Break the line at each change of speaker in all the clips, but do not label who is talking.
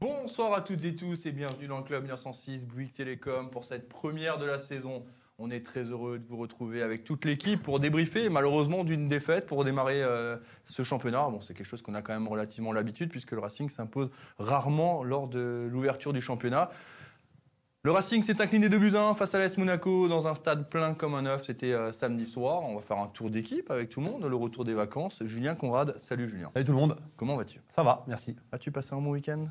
Bonsoir à toutes et tous et bienvenue dans le club 906 Bouygues Télécom pour cette première de la saison. On est très heureux de vous retrouver avec toute l'équipe pour débriefer malheureusement d'une défaite pour démarrer euh, ce championnat. Bon, c'est quelque chose qu'on a quand même relativement l'habitude puisque le Racing s'impose rarement lors de l'ouverture du championnat. Le Racing s'est incliné de buts à 1 face à l'AS Monaco dans un stade plein comme un œuf. C'était euh, samedi soir. On va faire un tour d'équipe avec tout le monde, le retour des vacances. Julien Conrad, salut Julien.
Salut tout le monde,
Comment vas-tu
ça va, merci.
As-tu passé un bon week-end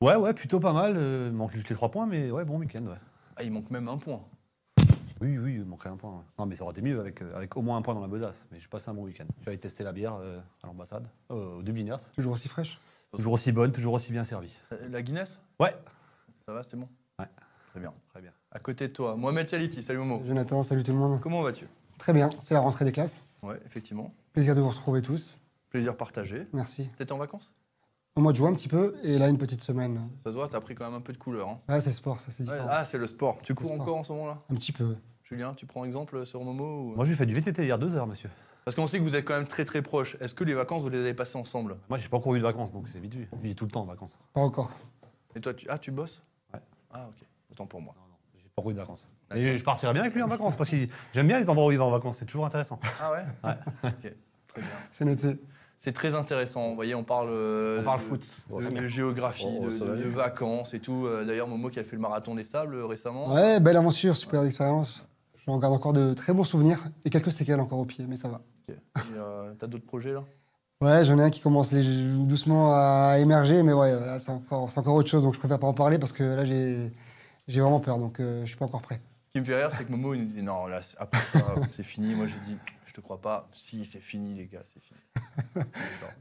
Ouais, ouais, plutôt pas mal. euh, il manque juste les trois points, mais ouais, bon week-end, ouais.
Ah, il manque même un point.
Oui, oui, il manquerait un point. ouais. Non, mais ça aurait été mieux avec, euh, avec au moins un point dans la besace. Mais j'ai passé un bon week-end. J'avais testé la bière euh, à l'ambassade, euh, au Dubliners.
Toujours aussi fraîche.
Toujours aussi bonne, toujours aussi bien servie.
Euh, La Guinness
Ouais.
Ça va, c'est bon
Ouais.
Très bien.
Très bien.
À côté de toi, Mohamed Chaliti, salut Momo.
Jonathan, salut tout le monde.
Comment vas-tu
Très bien, c'est la rentrée des classes.
Ouais, effectivement.
Plaisir de vous retrouver tous.
Plaisir partagé.
Merci.
T'étais en vacances
Au mois de juin un petit peu, et là une petite semaine.
Ça se voit, t'as pris quand même un peu de couleur. hein.
Ouais, c'est le sport, ça c'est
Ouais,
différent.
ah, c'est le sport. Tu cours
sport.
encore en ce moment-là
Un petit peu.
Julien, tu prends exemple sur Momo ou-
Moi, j'ai fait du VTT hier deux heures, monsieur.
Parce qu'on sait que vous êtes quand même très très proches. Est-ce que les vacances, vous les avez passées ensemble
Moi, j'ai pas encore eu de vacances, donc c'est vite vu. Lui, il est tout le temps en vacances.
Pas encore.
Et toi, tu... Ah, tu bosses
Ouais.
Ah, ok. Autant pour moi.
J'ai pas encore eu de vacances.
D'accord.
Et je partirais bien avec lui en vacances, parce que j'aime bien les endroits où il va en vacances, c'est toujours intéressant.
Ah ouais Ok, très bien.
C'est noté.
C'est très intéressant. Vous voyez, on parle. euh,
On parle
de-
foot.
de, de géographie,
Oh,
de,
ça
de-
va aller.
de vacances et tout. Euh, D'ailleurs, Momo qui a fait le marathon des sables euh, récemment.
Ouais, belle aventure, super expérience. J'en garde encore de très bons souvenirs et quelques séquelles encore au pied, mais ça va.
Ok. Et, euh, T'as d'autres projets là
Ouais, j'en ai un qui commence lég- doucement à émerger, mais ouais, là c'est encore, c'est encore autre chose, donc je préfère pas en parler parce que là j'ai j'ai vraiment peur, donc euh, je suis pas encore prêt.
Ce qui me fait rire, c'est que Momo il nous dit non, là, c'est- après ça, c'est fini. Moi, j'ai dit, je te crois pas. Si, c'est fini, les gars, c'est fini. Genre.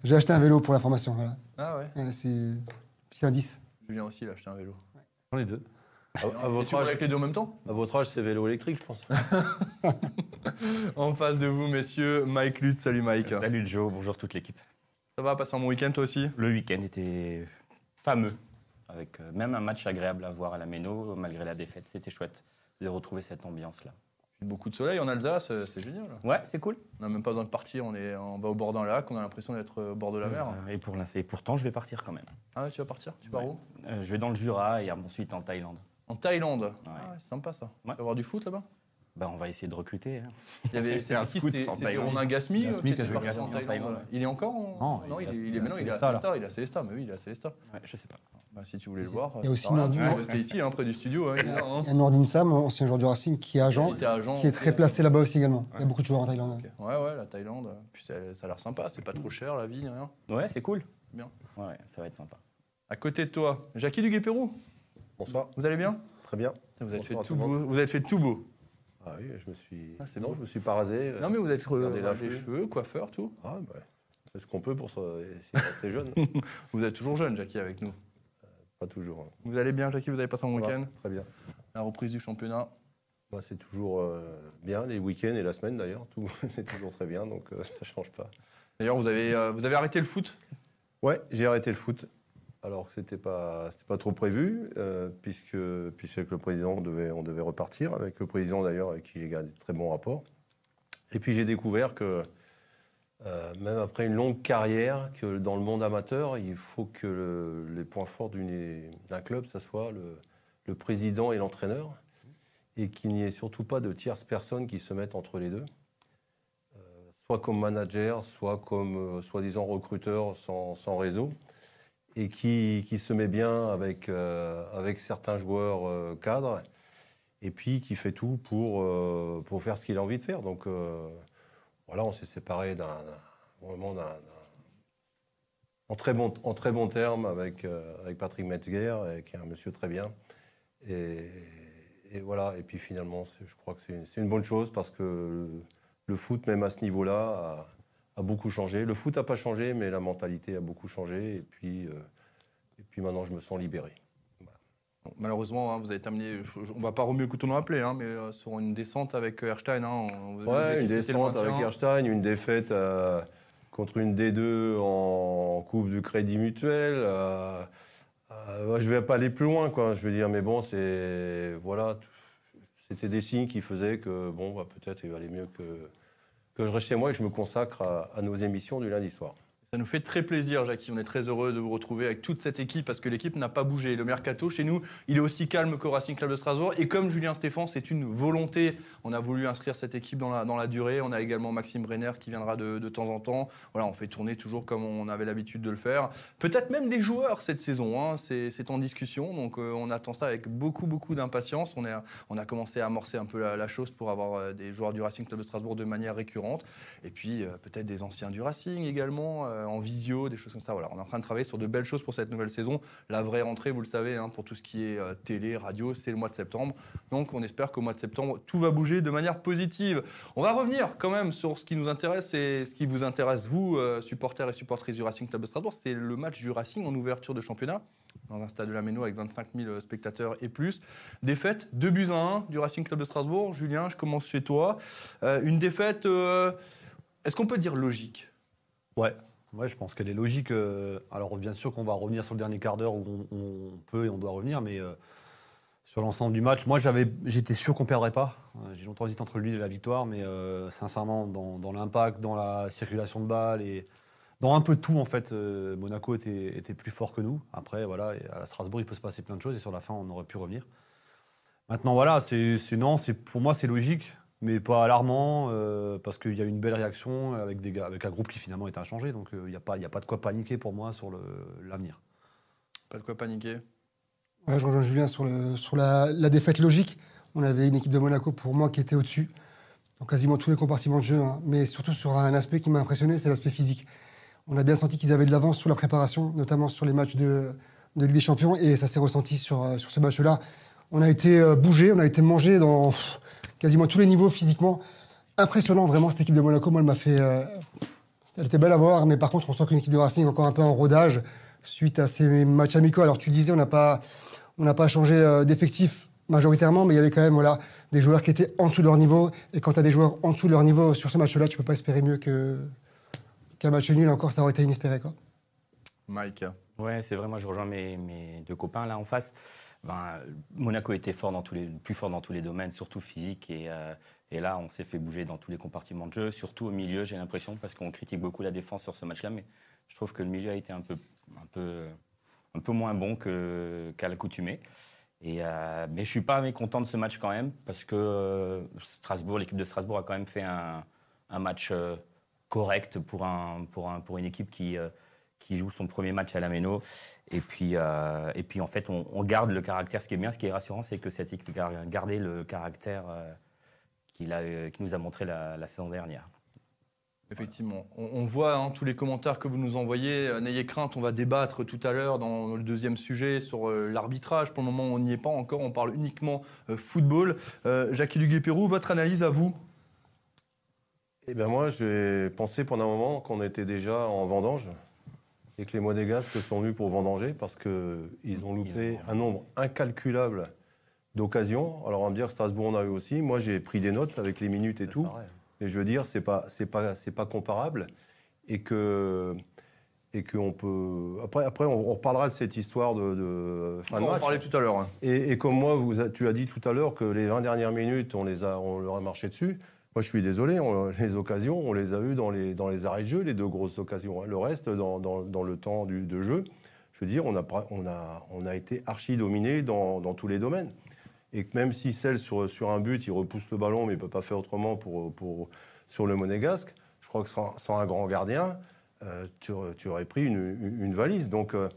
J'ai acheté un vélo pour la formation, voilà.
ah ouais.
Ouais, c'est petit indice.
Julien aussi, il a acheté un vélo.
J'en ai deux.
À, Ah, à
Et tu
votre
roules
âge,
avec les deux en même temps
à votre âge, c'est vélo électrique, je pense.
En face de vous, messieurs, Mike Lutz. Salut Mike.
Salut Joe, bonjour toute l'équipe.
Ça va passer un bon week-end toi aussi
Le week-end était fameux, avec euh, même un match agréable à voir à la Méno, malgré la défaite. C'était chouette de retrouver cette ambiance-là.
Beaucoup de soleil en Alsace, euh, c'est génial.
Ouais, c'est cool.
On n'a même pas besoin de partir, on, est, on va au bord d'un lac, on a l'impression d'être euh, au bord de la mer.
Euh, et, pour l'instant- et pourtant, je vais partir quand même.
Ah ouais, tu vas partir Tu pars
Ouais.
où
Euh, je vais dans le Jura et ensuite en Thaïlande.
En Thaïlande. Ah ouais, c'est sympa ça. Tu
Ouais.
vas voir du foot là-bas
Bah, on va essayer de recruter. hein.
Il y avait
Faire un
c'était qui,
scout
c'était-
en
c'était
Thaïlande.
Romain Gasmi, euh,
Gasmi
qui
qui a
était
joué
parti
Gasmi
en
en
Thaïlande.
Thaïlande.
Il est encore en...
Non, il
il,
est à-
est, il
il
est
est à
maintenant il est à
Célesta, là.
Célesta, il est à Célesta, mais oui, il est à Célesta.
Ouais, je sais pas.
Bah, si tu voulais le voir.
Il y a
euh,
aussi
ça sert à rien.
Nordu.
Ouais, C'était ici, hein, près du studio. hein, il est là, hein.
Il y a Nordin Sam, ancien joueur du Racing, qui est agent,
Il était agent
qui est
aussi,
très
hein.
placé là-bas aussi également. Il y a beaucoup de joueurs en Thaïlande.
Ok. Ouais, ouais, la Thaïlande. Puis ça, ça a l'air sympa, c'est pas trop cher la vie, ni rien.
Ouais, c'est cool.
Bien.
Ouais, ouais, ça va être sympa.
À côté de toi, Jackie Duguay-Pérou,
Bonsoir,
vous allez bien
très bien.
vous avez, fait
Bonsoir à
tout
tout le
beau, vous avez fait tout beau.
Ah oui, je me suis.
Ah, c'est
non,
beau.
je me suis pas rasé.
Non, mais vous avez
regardez
euh,
la
les
cheveux.
cheveux, coiffeur, tout.
Ah, bah, c'est ce qu'on peut pour se- essayer de rester jeune.
Vous êtes toujours jeune, Jackie, avec nous.
pas toujours. hein.
Vous allez bien, Jackie Vous avez passé un bon
Ça va,
week-end
Très bien.
La reprise du championnat,
Moi, c'est toujours euh, bien, les week-ends et la semaine d'ailleurs. Tout c'est toujours très bien, donc euh, ça change pas.
D'ailleurs, vous avez, euh, vous avez arrêté le foot
Ouais, j'ai arrêté le foot. Alors que c'était pas, c'était pas trop prévu, euh, puisque, puisque avec le président, on devait, on devait repartir, avec le président d'ailleurs, avec qui j'ai gardé de très bons rapports. Et puis j'ai découvert que, euh, même après une longue carrière, que dans le monde amateur, il faut que le- les points forts d'une- d'un club, ça soit le, le président et l'entraîneur, et qu'il n'y ait surtout pas de tierces personnes qui se mettent entre les deux soit comme manager, soit comme euh, soi-disant recruteur sans, sans réseau, et qui, qui se met bien avec, euh, avec certains joueurs euh, cadres, et puis qui fait tout pour, euh, pour faire ce qu'il a envie de faire. Donc euh, voilà, on s'est séparés d'un, d'un- vraiment d'un, d'un- en, très bon, en très bon terme avec, euh, avec Patrick Metzger, et qui est un monsieur très bien. Et, et voilà, et puis finalement, c'est- je crois que c'est une, c'est une bonne chose parce que le foot, même à ce niveau-là, a, a beaucoup changé. Le foot n'a pas changé, mais la mentalité a beaucoup changé. Et puis, euh, et puis maintenant, je me sens libéré.
Bon, Malheureusement, hein, vous avez terminé. On va pas remuer le couteau dans la plaie, hein, mais euh, sur une descente avec euh, Erstein. hein, on- vous avez
Ouais, une
dit que c'était le
descente
maintien.
avec Erstein, une défaite euh, contre une D2 en Coupe du Crédit Mutuel. euh, euh, ouais, je vais pas aller plus loin, quoi. Je veux dire, mais bon, c'est voilà, tout- c'était des signes qui faisaient que bon, bah, peut-être il valait mieux que que je reste chez moi et que je me consacre à, à nos émissions du lundi soir.
Ça nous fait très plaisir, Jackie. On est très heureux de vous retrouver avec toute cette équipe parce que l'équipe n'a pas bougé. Le mercato chez nous, il est aussi calme qu'au Racing Club de Strasbourg. Et comme Julien Stéphan, c'est une volonté. On a voulu inscrire cette équipe dans la, dans la durée. On a également Maxime Brenner qui viendra de, de temps en temps. Voilà, on fait tourner toujours comme on avait l'habitude de le faire. Peut-être même des joueurs cette saison. hein. C'est c'est en discussion. Donc euh, on attend ça avec beaucoup, beaucoup d'impatience. On, est- on a commencé à amorcer un peu la, la chose pour avoir euh, des joueurs du Racing Club de Strasbourg de manière récurrente. Et puis euh, peut-être des anciens du Racing également, euh, en visio, des choses comme ça. Voilà, on est en train de travailler sur de belles choses pour cette nouvelle saison. La vraie rentrée, vous le savez, hein, pour tout ce qui est euh, télé, radio, c'est le mois de septembre. Donc on espère qu'au mois de septembre, tout va bouger de manière positive. On va revenir quand même sur ce qui nous intéresse et ce qui vous intéresse, vous, euh, supporters et supportrices du Racing Club de Strasbourg. C'est le match du Racing en ouverture de championnat dans un stade de la Méno avec 25 000 spectateurs et plus. Défaite, 2 buts à 1 du Racing Club de Strasbourg. Julien, je commence chez toi. Euh, une défaite, euh, est-ce qu'on peut dire logique
Ouais. Ouais, je pense qu'elle est logique. euh, alors, bien sûr qu'on va revenir sur le dernier quart d'heure où on, on peut et on doit revenir, mais euh, sur l'ensemble du match, moi, j'avais, j'étais sûr qu'on perdrait pas. Euh, J'ai longtemps hésité entre lui et la victoire, mais euh, sincèrement, dans, dans l'impact, dans la circulation de balles et dans un peu tout, en fait, euh, Monaco était, était plus fort que nous. Après, voilà, et à la Strasbourg, il peut se passer plein de choses et sur la fin, on aurait pu revenir. Maintenant, voilà, c'est c'est- non, c'est pour moi c'est logique, mais pas alarmant euh, parce qu'il y a eu une belle réaction avec des gars, avec un groupe qui finalement est inchangé, donc euh, il n'y a pas, il y a pas de quoi paniquer pour moi sur le- l'avenir.
Pas de quoi paniquer.
Ouais, je rejoins Julien sur, le, sur la, la défaite logique. On avait une équipe de Monaco pour moi qui était au-dessus, dans quasiment tous les compartiments de jeu, hein. mais surtout sur un aspect qui m'a impressionné, c'est l'aspect physique. On a bien senti qu'ils avaient de l'avance sur la préparation, notamment sur les matchs de, de Ligue des Champions, et ça s'est ressenti sur, euh, sur ce match-là. On a été euh, bougé, on a été mangé dans pff, quasiment tous les niveaux physiquement. Impressionnant vraiment cette équipe de Monaco. Moi, elle m'a fait. euh, elle était belle à voir, mais par contre, on sent qu'une équipe de Racing est encore un peu en rodage suite à ces matchs amicaux. Alors, tu le disais, on n'a pas. On n'a pas changé euh, d'effectif majoritairement, mais il y avait quand même voilà, des joueurs qui étaient en dessous de leur niveau. Et quand tu as des joueurs en dessous de leur niveau sur ce match-là, tu peux pas espérer mieux que- qu'un match nul. Encore, ça aurait été inespéré. Quoi.
Mike.
Ouais, c'est vrai, moi je rejoins mes, mes deux copains là en face. Ben, Monaco était fort dans tous les, plus fort dans tous les domaines, surtout physique. Et, euh, et là, on s'est fait bouger dans tous les compartiments de jeu, surtout au milieu, j'ai l'impression, parce qu'on critique beaucoup la défense sur ce match-là. Mais je trouve que le milieu a été un peu, un peu, un peu moins bon que- qu'à l'accoutumée. Et, euh, mais je suis pas mécontent de ce match quand même, parce que euh, Strasbourg, l'équipe de Strasbourg a quand même fait un, un match euh, correct pour, un, pour, un, pour une équipe qui, euh, qui joue son premier match à la Méno. Et puis, euh, et puis en fait, on, on garde le caractère. Ce qui est bien, ce qui est rassurant, c'est que cette équipe a gardé le caractère euh, qu'il a, euh, qu'il nous a montré la, la saison dernière.
Effectivement, on, on voit hein, tous les commentaires que vous nous envoyez. Euh, N'ayez crainte, on va débattre tout à l'heure dans le deuxième sujet sur euh, l'arbitrage. Pour le moment, on n'y est pas encore, on parle uniquement euh, football. Euh, Jackie Duguay-Pérou, votre analyse à vous
Eh bien, moi, j'ai pensé pendant un moment qu'on était déjà en vendange et que les Monégasques sont venus pour vendanger parce qu'ils ont loupé un nombre incalculable d'occasions. Alors, on va me dire que Strasbourg en a eu aussi. Moi, j'ai pris des notes avec les minutes et tout. Et je veux dire, c'est pas, c'est pas, c'est pas comparable. Et que, et que on peut. Après, après, on, on reparlera de cette histoire de, de fin
On
de
va en
match.
parler tout à l'heure. hein.
Et, et comme moi, vous a- tu as dit tout à l'heure que les 20 dernières minutes, on, les a, on leur a marché dessus. Moi, je suis désolé, on- les occasions, on les a eues dans les, dans les arrêts de jeu, les deux grosses occasions. hein. Le reste, dans, dans- dans le temps du- de jeu, je veux dire, on a, pra- on a, on a été archi-dominé dans, dans tous les domaines. Et que même si celle sur, sur un but, il repousse le ballon, mais il ne peut pas faire autrement pour, pour, sur le monégasque, je crois que sans, sans un grand gardien, euh, tu, aurais- tu aurais pris une, une- une valise. Donc, euh,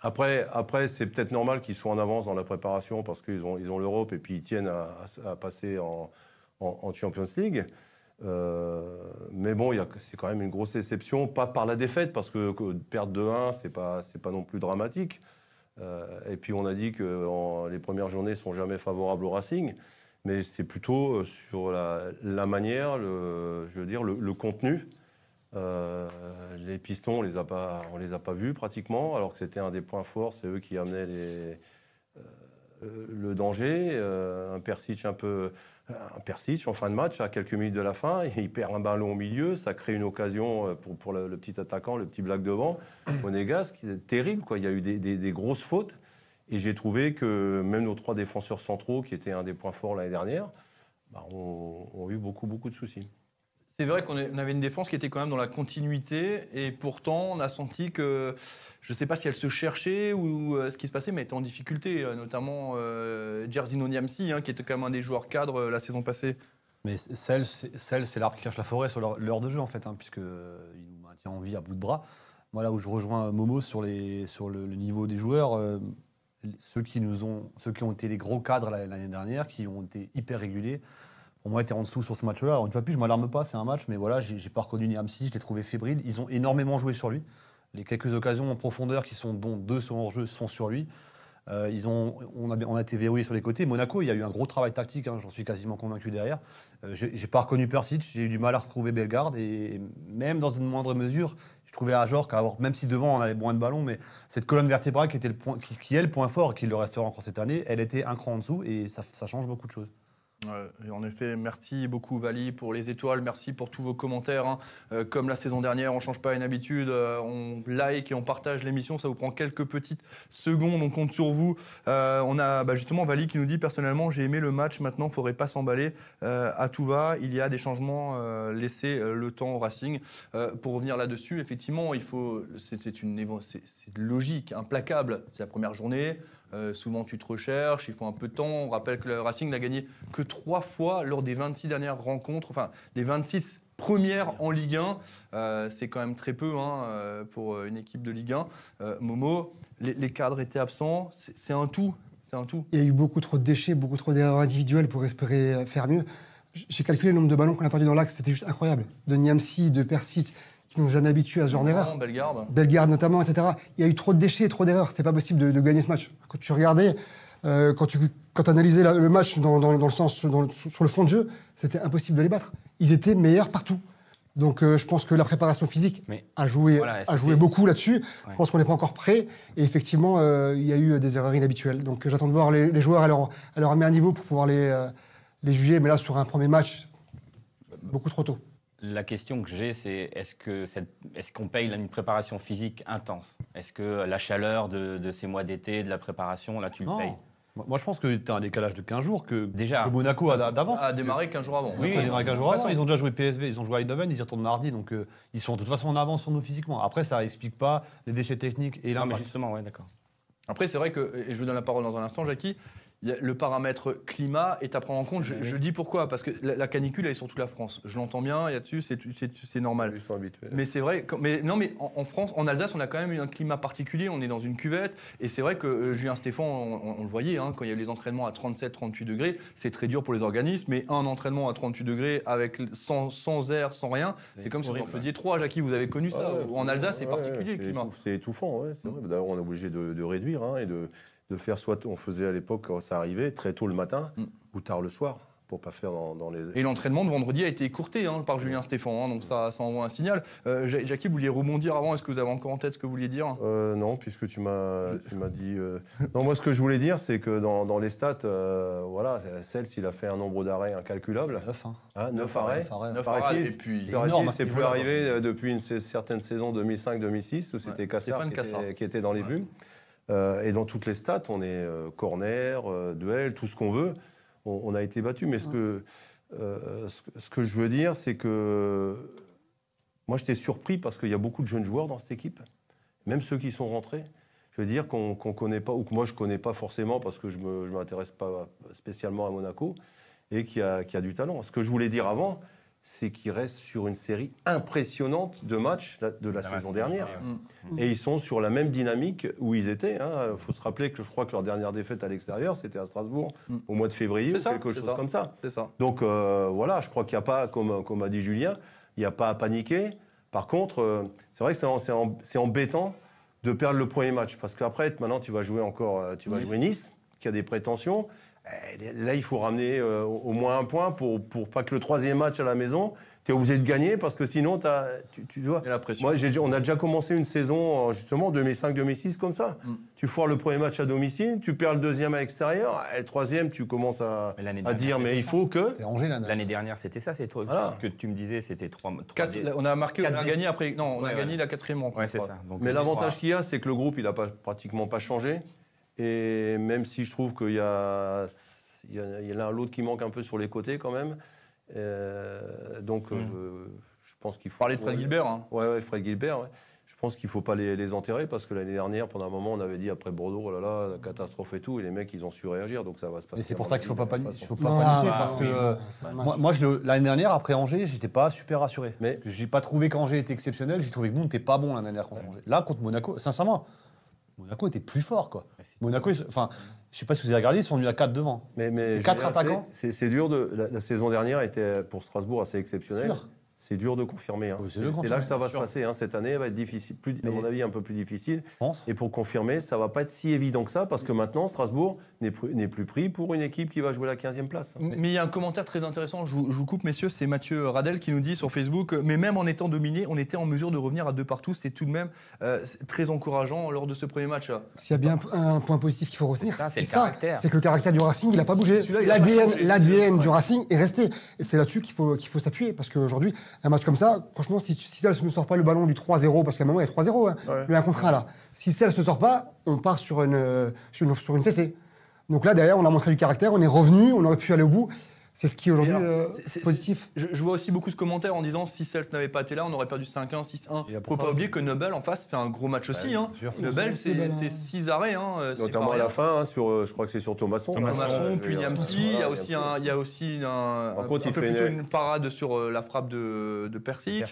après, après c'est peut-être normal qu'ils soient en avance dans la préparation parce qu'ils ont, ils ont l'Europe et puis ils tiennent à, à- à passer en, en- en Champions League. Euh, mais bon, il y a- c'est quand même une grosse déception, pas par la défaite, parce que, que perdre 2-1, c'est pas, c'est pas non plus dramatique. Euh, et puis on a dit que en- les premières journées sont jamais favorables au Racing, mais c'est plutôt euh, sur la, la manière, le, je veux dire, le, le contenu. Euh, les pistons, on les a pas, on les a pas vus pratiquement, alors que c'était un des points forts. C'est eux qui amenaient les- euh, le danger. Euh, un Persic un peu, euh, un Persic en fin de match, à quelques minutes de la fin, il perd un ballon au milieu, ça crée une occasion euh, pour, pour le, le petit attaquant, le petit blague devant, Monégasque, c'est terrible quoi. Il y a eu des, des- des grosses fautes. Et j'ai trouvé que même nos trois défenseurs centraux, qui étaient un des points forts l'année dernière, bah, ont, ont eu beaucoup, beaucoup de soucis.
C'est vrai qu'on est- on avait une défense qui était quand même dans la continuité et pourtant on a senti que, je ne sais pas si elle se cherchait ou euh, ce qui se passait, mais elle était en difficulté, euh, notamment euh, Jerzino Niamsi, hein, qui était quand même un des joueurs cadres euh, la saison passée.
Mais c- celle, c'est celle, c'est l'arbre qui cache la forêt sur l'heure- l'heure de jeu, en fait, hein, puisque euh, il nous maintient en vie à bout de bras. Moi, là où je rejoins Momo sur, les, sur le, le niveau des joueurs, euh, ceux, qui nous ont, ceux qui ont été les gros cadres la- l'année dernière, qui ont été hyper réguliers, pour moi, étaient en dessous sur ce match-là. Alors, une fois de plus, je m'alarme pas, c'est un match, mais voilà, j'ai j'ai pas reconnu Niamsi, je l'ai trouvé fébrile. Ils ont énormément joué sur lui. Les quelques occasions en profondeur, qui sont dont deux sont en jeu, sont sur lui. Euh, ils ont, on, a, on a été verrouillés sur les côtés. Monaco, il y a eu un gros travail tactique, hein, j'en suis quasiment convaincu derrière. Euh, j'ai j'ai pas reconnu Persic, j'ai eu du mal à retrouver Bellegarde et, et même dans une moindre mesure, je trouvais Ajor qu'avoir, même si devant on avait moins de ballons, mais cette colonne vertébrale qui était le point, qui, qui est le point fort, et qui le restera encore cette année, elle était un cran en dessous et ça, ça change beaucoup de choses.
Ouais, et en effet, merci beaucoup Vali pour les étoiles, merci pour tous vos commentaires. hein. Euh, comme la saison dernière, on change pas une habitude, euh, on like et on partage l'émission, ça vous prend quelques petites secondes, on compte sur vous. Euh, on a bah, justement Vali qui nous dit personnellement j'ai aimé le match, maintenant faudrait pas s'emballer euh, à tout va, il y a des changements, euh, laissez euh, le temps au Racing. Euh, pour revenir là-dessus, effectivement, il faut, c'est c'est une évo- c'est- c'est logique, implacable. C'est la première journée. euh, souvent, tu te recherches, il faut un peu de temps. On rappelle que le Racing n'a gagné que trois fois lors des 26 dernières rencontres, enfin, des 26 premières en Ligue 1. Euh, c'est quand même très peu hein, euh, pour une équipe de Ligue 1. Euh, Momo, les, les cadres étaient absents. C'est c'est un tout. C'est un tout.
Il y a eu beaucoup trop de déchets, beaucoup trop d'erreurs individuelles pour espérer euh, faire mieux. J- J'ai calculé le nombre de ballons qu'on a perdu dans l'axe, c'était juste incroyable. De Niamsi, de Persic, qui n'ont jamais habitué à ce genre d'erreur.
Bellegarde.
Bellegarde notamment, etc. Il y a eu trop de déchets, trop d'erreurs. C'était pas possible de, de gagner ce match. Quand tu regardais, euh, quand tu quand analysais le match dans, dans- dans le sens, dans le- sur le fond de jeu, c'était impossible de les battre. Ils étaient meilleurs partout. Donc euh, je pense que la préparation physique
Mais-
a joué,
Voilà, est-ce
a
que
joué
c'est-
beaucoup là-dessus.
Ouais.
Je pense qu'on n'est pas encore prêt. Et effectivement, euh, il y a eu des erreurs inhabituelles. Donc euh, j'attends de voir les, les joueurs à leur, à leur meilleur niveau pour pouvoir les, euh, les juger. Mais là, sur un premier match, c'est beaucoup trop tôt.
La question que j'ai, c'est est-ce que cette- est-ce qu'on paye une préparation physique intense Est-ce que la chaleur de, de ces mois d'été, de la préparation, là tu le payes
Moi, moi, je pense que tu as un décalage de 15 jours que,
Déjà.
que Monaco a d'a- d'avance.
A démarré 15 jours avant.
Oui,
Oui,
ça, les
oui,
marquages
c'est
au
très
Racing,
bon.
ils ont déjà joué PSV, ils ont joué à Eindhoven, ils y retournent mardi, donc euh, ils sont de toute façon en avance sur nous physiquement. Après, ça explique pas les déchets techniques et
Non, Ah, mais
l'impact.
justement, ouais, d'accord.
Après, c'est vrai que, et je vous donne la parole dans un instant, Jackie, il y a- le paramètre climat est à prendre en compte. Je, je dis pourquoi, parce que la, la canicule, elle est sur toute la France. Je l'entends bien, et là-dessus, c'est- c'est c'est normal.
Ils sont habitués.
Mais c'est vrai, que- mais non, mais en, en France, en Alsace, on a quand même eu un climat particulier. On est dans une cuvette, et c'est vrai que euh, Julien Stéphan, on, on- on le voyait, hein, quand il y a eu les entraînements à 37-38 degrés, c'est très dur pour les organismes. Mais un entraînement à 38 degrés avec l- sans, sans air, sans rien, c'est comme si
horrible,
vous en faisiez trois. Jackie, vous avez connu
Ah Ouais,
ça
ouais,
En Alsace, c'est
ouais,
particulier Mm. le
ouais, c'est
climat.
étouff- C'est étouffant, ouais, c'est vrai. D'ailleurs, on est obligé de, de réduire hein, et de, de faire soit on faisait à l'époque quand ça arrivait très tôt le matin
Mm.
ou tard le soir pour pas faire dans, dans les.
Et l'entraînement de vendredi a été écourté hein, par Julien Stéphan, hein, donc ça, ça envoie un signal. Euh, Ja- Jackie, vous vouliez rebondir avant, est-ce que vous avez encore en tête ce que vous vouliez dire
Euh, non, puisque tu m'as tu m'as dit. euh, Non, moi, ce que je voulais dire, c'est que dans, dans les stats, euh, voilà, Cels, il a fait un nombre d'arrêts incalculable.
Neuf, hein.
Hein,
Neuf
9 arrêts.
Neuf arrêts.
Neuf
Paraît-il,
arrêts, et puis...
énorme,
Paraît-il,
à ce
hein,
C'est plus
niveau-là.
arrivé euh, depuis une sa- certaine saison 2005-2006 où c'était Cassard
Stéphane
qui,
Cassard.
était- qui était dans les
Ouais.
buts. Euh, et dans toutes les stats, on est euh, corner, euh, duel, tout ce qu'on veut. On, on a été battu. Mais ce, que, euh, ce, que- ce que je veux dire, c'est que moi, j'étais surpris parce qu'il y a beaucoup de jeunes joueurs dans cette équipe, même ceux qui sont rentrés. Je veux dire qu'on ne connaît pas, ou que moi je ne connais pas forcément parce que je ne m'intéresse pas spécialement à Monaco, et qui a, qui a du talent. Ce que je voulais dire avant, c'est qu'ils restent sur une série impressionnante de matchs la- de la,
Ah,
La
saison
saison
dernière.
dernière,
Et ils sont sur la même dynamique où ils étaient. Il faut se rappeler que je crois que leur dernière défaite à l'extérieur, c'était à Strasbourg,
Mm.
au mois de février,
C'est
ou
ça,
quelque
c'est
chose
ça.
comme ça.
C'est ça.
Donc euh, voilà, je crois qu'il n'y a pas, comme, comme a dit Julien, il n'y a pas à paniquer. Par contre, euh, c'est vrai que c'est en- c'est en- c'est embêtant de perdre le premier match. Parce qu'après, maintenant, tu vas jouer encore, euh, tu vas
Nice.
jouer Nice, qui a des prétentions. Eh, Là, il faut ramener euh, au au moins un point pour, pour pas que le troisième match à la maison, tu es obligé de gagner parce que sinon, t'as- tu, tu dois.
Et la pression.
Moi, j'ai déjà- on a déjà commencé une saison, euh, justement, 2005-2006, comme ça.
Mm.
Tu foires le premier match à domicile, tu perds le deuxième à l'extérieur, et le troisième, tu commences à,
Mais l'année
à
dernière,
dire, mais
c'était
il faut que.
C'est Angers, là.
L'année dernière, c'était ça, c'est trop-
Voilà.
que tu me disais, c'était trois. trois
Quatre-
dé-
la- on a marqué, on
quatre
a
dé-
gagné après. Non, on a
Ouais,
gagné
ouais.
la quatrième rencontre.
Ouais, c'est ça. Donc,
Mais
les
l'avantage
trois-
qu'il y a, c'est que le groupe, il n'a pas, pratiquement pas changé. Et même si je trouve qu'il y a, il y en a, il y en a l'autre qui manque un peu sur les côtés quand même, Euh, donc,
Mmh.
Mhm.
euh, je pense qu'il faut.
Parler de Fred Gilbert, hein.
Ouais, ouais, Fred Gilbert. ouais. Je pense qu'il ne faut pas les, les enterrer parce que l'année dernière, pendant un moment, on avait dit après Bordeaux, oh là là, la catastrophe et tout, et les mecs, ils ont su réagir, donc ça va se passer.
Mais c'est
à
pour
mon
ça qu'il
avis,
ne faut pas
de la
paniquer,
façon.
faut
Non,
pas paniquer
ah,
parce
oui,
que euh,
c'est- c'est
moi, moi, je le- l'année dernière après Angers, j'étais pas super rassuré.
Mais-
j'ai pas trouvé qu'Angers était exceptionnel, j'ai trouvé que nous on n'était pas bon l'année dernière contre Angers. Là contre Monaco, sincèrement, Monaco était plus fort quoi. Monaco, ils- enfin, je sais pas si vous avez regardé, ils sont venus à 4 devant.
Mais, mais
Les quatre
je veux dire,
attaquants.
C'est c'est- c'est dur de. La, la saison dernière était pour Strasbourg assez exceptionnelle.
Sûr.
C'est dur de confirmer. hein.
Oui, c'est
C'est
le confirmer,
là que ça
bien
va se
sûr.
passer. hein. Cette année, elle va être difficile, plus, à
Mais-
mon avis, un peu plus difficile.
Je pense.
Et pour confirmer, ça va pas être si évident que ça, parce que maintenant, Strasbourg n'est pr- n'est plus pris pour une équipe qui va jouer la 15e place.
M- Mais il y a un commentaire très intéressant, je vous, je vous coupe messieurs, c'est Mathieu Radel qui nous dit sur Facebook, euh, mais même en étant dominé, on était en mesure de revenir à deux partout, c'est tout de même euh, c'est très encourageant lors de ce premier match. là.
S'il y a bien un, un point positif qu'il faut retenir,
ça, c'est
c'est
le
ça.
caractère.
C'est que le caractère du Racing, il n'a pas bougé.
Celui-là, il a pas
L'ADN
changé.
l'ADN du Racing est resté. Et c'est là-dessus qu'il faut, qu'il faut s'appuyer. Parce qu'aujourd'hui, un match comme ça, franchement, si, tu- si ça ne sort pas le ballon du 3-0, parce qu'à un moment, il y a 3-0, hein, le 1 contre 1 là. Si ça ne se sort pas, on part sur une, euh, sur une, sur une fessée. Donc là, derrière, on a montré du caractère, on est revenu, on aurait pu aller au bout. C'est ce qui est aujourd'hui
Et alors,
euh,
c'est- c'est-
positif.
Je, je vois aussi beaucoup de commentaires en disant si Self n'avait pas été là, on aurait perdu 5-1, 6-1.
Il a
Faut
pour
pas
ça.
oublier que Nobel en face fait un gros match aussi.
oui,
hein.
c'est sûr.
Nobel, c'est
Nobel, hein.
6 arrêts. hein, euh, c'est
Notamment
pas
à la
rien.
fin, hein, sur, euh, je crois que c'est sur Thomasson.
Thomasson,
Euh,
puis Niamsi,
voilà,
il y a aussi, un, il y a aussi une- un,
Par contre,
un
il
peu
fait
plutôt
une-
une parade sur euh, la frappe de, de Persic,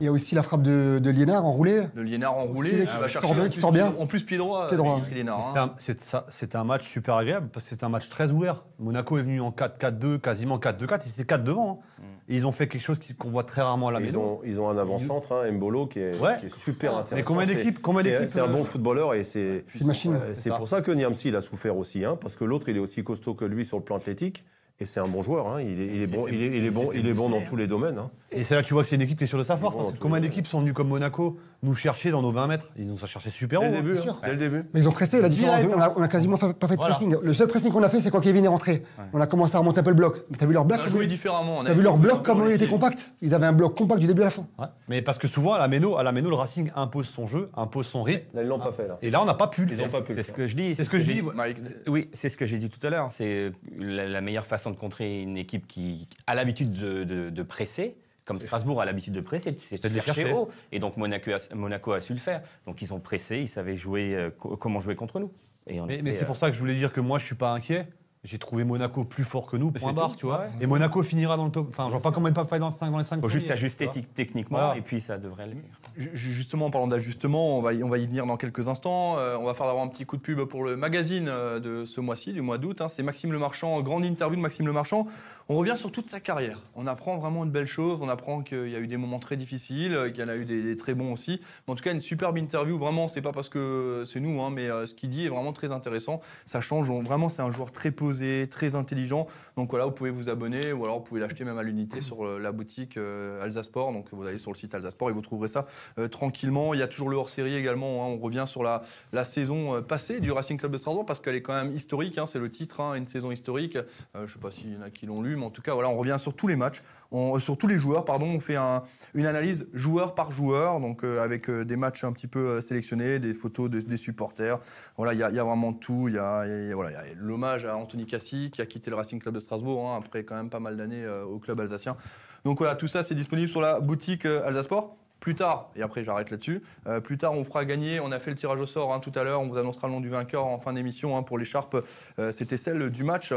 Il y a aussi la frappe de, de Liénard enroulée.
de Liénard enroulé,
Aussi,
qui
qui
va
sort
chercher en
bien, qui
plus-
sort bien.
En plus, pied droit.
Pied droit,
euh,
ouais.
Liénard,
C'était
hein.
un, c'est- ça- c'était un match super agréable parce que c'était un match très ouvert. Monaco est venu en 4-4-2, quasiment 4-2-4, ils étaient 4 devant. hein. Et ils ont fait quelque chose qui- qu'on voit très rarement à la
Mm. Ils
maison.
ont, ils ont un avant-centre, hein, Mbolo, qui est,
Ouais.
qui est super intéressant.
Mais combien
C'est-
d'équipes- combien
c'est-
d'équipes,
C'est un
euh,
bon footballeur et c'est.
C'est une machine.
Ouais,
c'est
C'est
ça.
pour ça que Niamsi, il a souffert aussi, hein, parce que l'autre, il est aussi costaud que lui sur le plan athlétique. Et c'est un bon joueur, hein. il, est, il est
s'est
bon,
fait-
il est, il est
il
bon,
s'est fait
il est bon dans
bousculer,
tous les domaines. hein.
Et c'est là que tu vois que c'est une équipe qui est sûre de sa force.
Ils vont
Parce
dans
que
tous
combien
les-
d'équipes sont venues comme Monaco nous chercher dans nos 20 mètres Ils nous ont cherché super haut.
Dès le
hein.
début,
Oh, bien
hein,
sûr.
dès le début.
Mais ils ont pressé, la différence,
Direct, hein.
on a, on a quasiment fa- pas fait de
Voilà.
pressing. Le seul pressing qu'on a fait, c'est quand Kevin est rentré. On a commencé à remonter un peu le bloc. Mais T'as vu leur bloc
On a
comme-
joué différemment. on a
T'as vu leur
joué
bloc
un peu
comment
dans
il
les
était
pieds.
compact Ils avaient un bloc compact du début à la fin.
Ouais. Mais parce que souvent, à la méno, à la méno, le Racing impose son jeu, impose son rythme.
Là, ils l'ont pas fait, là.
Et là, on n'a pas pu le
Ils ont
faire.
pas pu.
C'est ce que je dis.
C'est ce que je dis. ouais.
Mike,
Oui, c'est ce que j'ai dit tout à l'heure. hein. C'est euh, la, la meilleure façon de contrer une équipe qui a l'habitude de, de- de presser. Comme Strasbourg a l'habitude de presser, c'est
de les chercher.
haut. Et donc Monaco a, Monaco a su le faire. Donc ils ont pressé, ils savaient jouer, euh, co- comment jouer contre nous. Et on
Mais,
était,
mais c'est pour
euh,
ça que je voulais dire que moi, je suis pas inquiet. J'ai trouvé Monaco plus fort que nous, point
c'est
barre,
tout.
tu vois. Et Monaco finira dans le top. Enfin, genre pas comment il pas pas dans, le cinq- dans les 5
euh, faut juste s'ajuster tic- techniquement
Voilà.
et puis ça devrait aller.
ju- Justement, en parlant d'ajustement, on va, y, on va y venir dans quelques instants. Euh, on va faire d'abord un petit coup de pub pour le magazine euh, de ce mois-ci, du mois d'août. hein. C'est Maxime Le Marchand, grande interview de Maxime Le Marchand. On revient sur toute sa carrière. On apprend vraiment une belle chose. On apprend qu'il y a eu des moments très difficiles, euh, qu'il y en a eu des, des très bons aussi. Mais en tout cas, une superbe interview. Vraiment, c'est pas parce que c'est nous, hein, mais euh, ce qu'il dit est vraiment très intéressant. Ça change. On- vraiment, c'est un joueur très posé, très intelligent. Donc voilà, vous pouvez vous abonner ou alors vous pouvez l'acheter même à l'unité sur euh, la boutique euh, Alsasport. Donc vous allez sur le site Alsasport et vous trouverez ça euh, tranquillement. Il y a toujours le hors-série également. hein. On revient sur la, la saison euh, passée du Racing Club de Strasbourg parce qu'elle est quand même historique. hein. c'est le titre, hein, une saison historique. Euh, je ne sais pas s'il y en a qui l'ont lu, mais en tout cas, voilà, on revient sur tous les matchs, on- euh, sur tous les joueurs. Pardon, on fait un- une analyse joueur par joueur, donc euh, avec euh, des matchs un petit peu euh, sélectionnés, des photos de- des supporters. Voilà, il y, a- il y a vraiment tout. Il y a, et voilà, il y a l'hommage à Anthony Cassi qui a quitté le Racing Club de Strasbourg hein, après quand même pas mal d'années euh, au club alsacien. Donc voilà, tout ça c'est disponible sur la boutique euh, Alsasport. Plus tard, et après j'arrête là-dessus, euh, plus tard on fera gagner, on a fait le tirage au sort hein, tout à l'heure, on vous annoncera le nom du vainqueur en fin d'émission hein, pour l'écharpe. Euh, C'était celle du match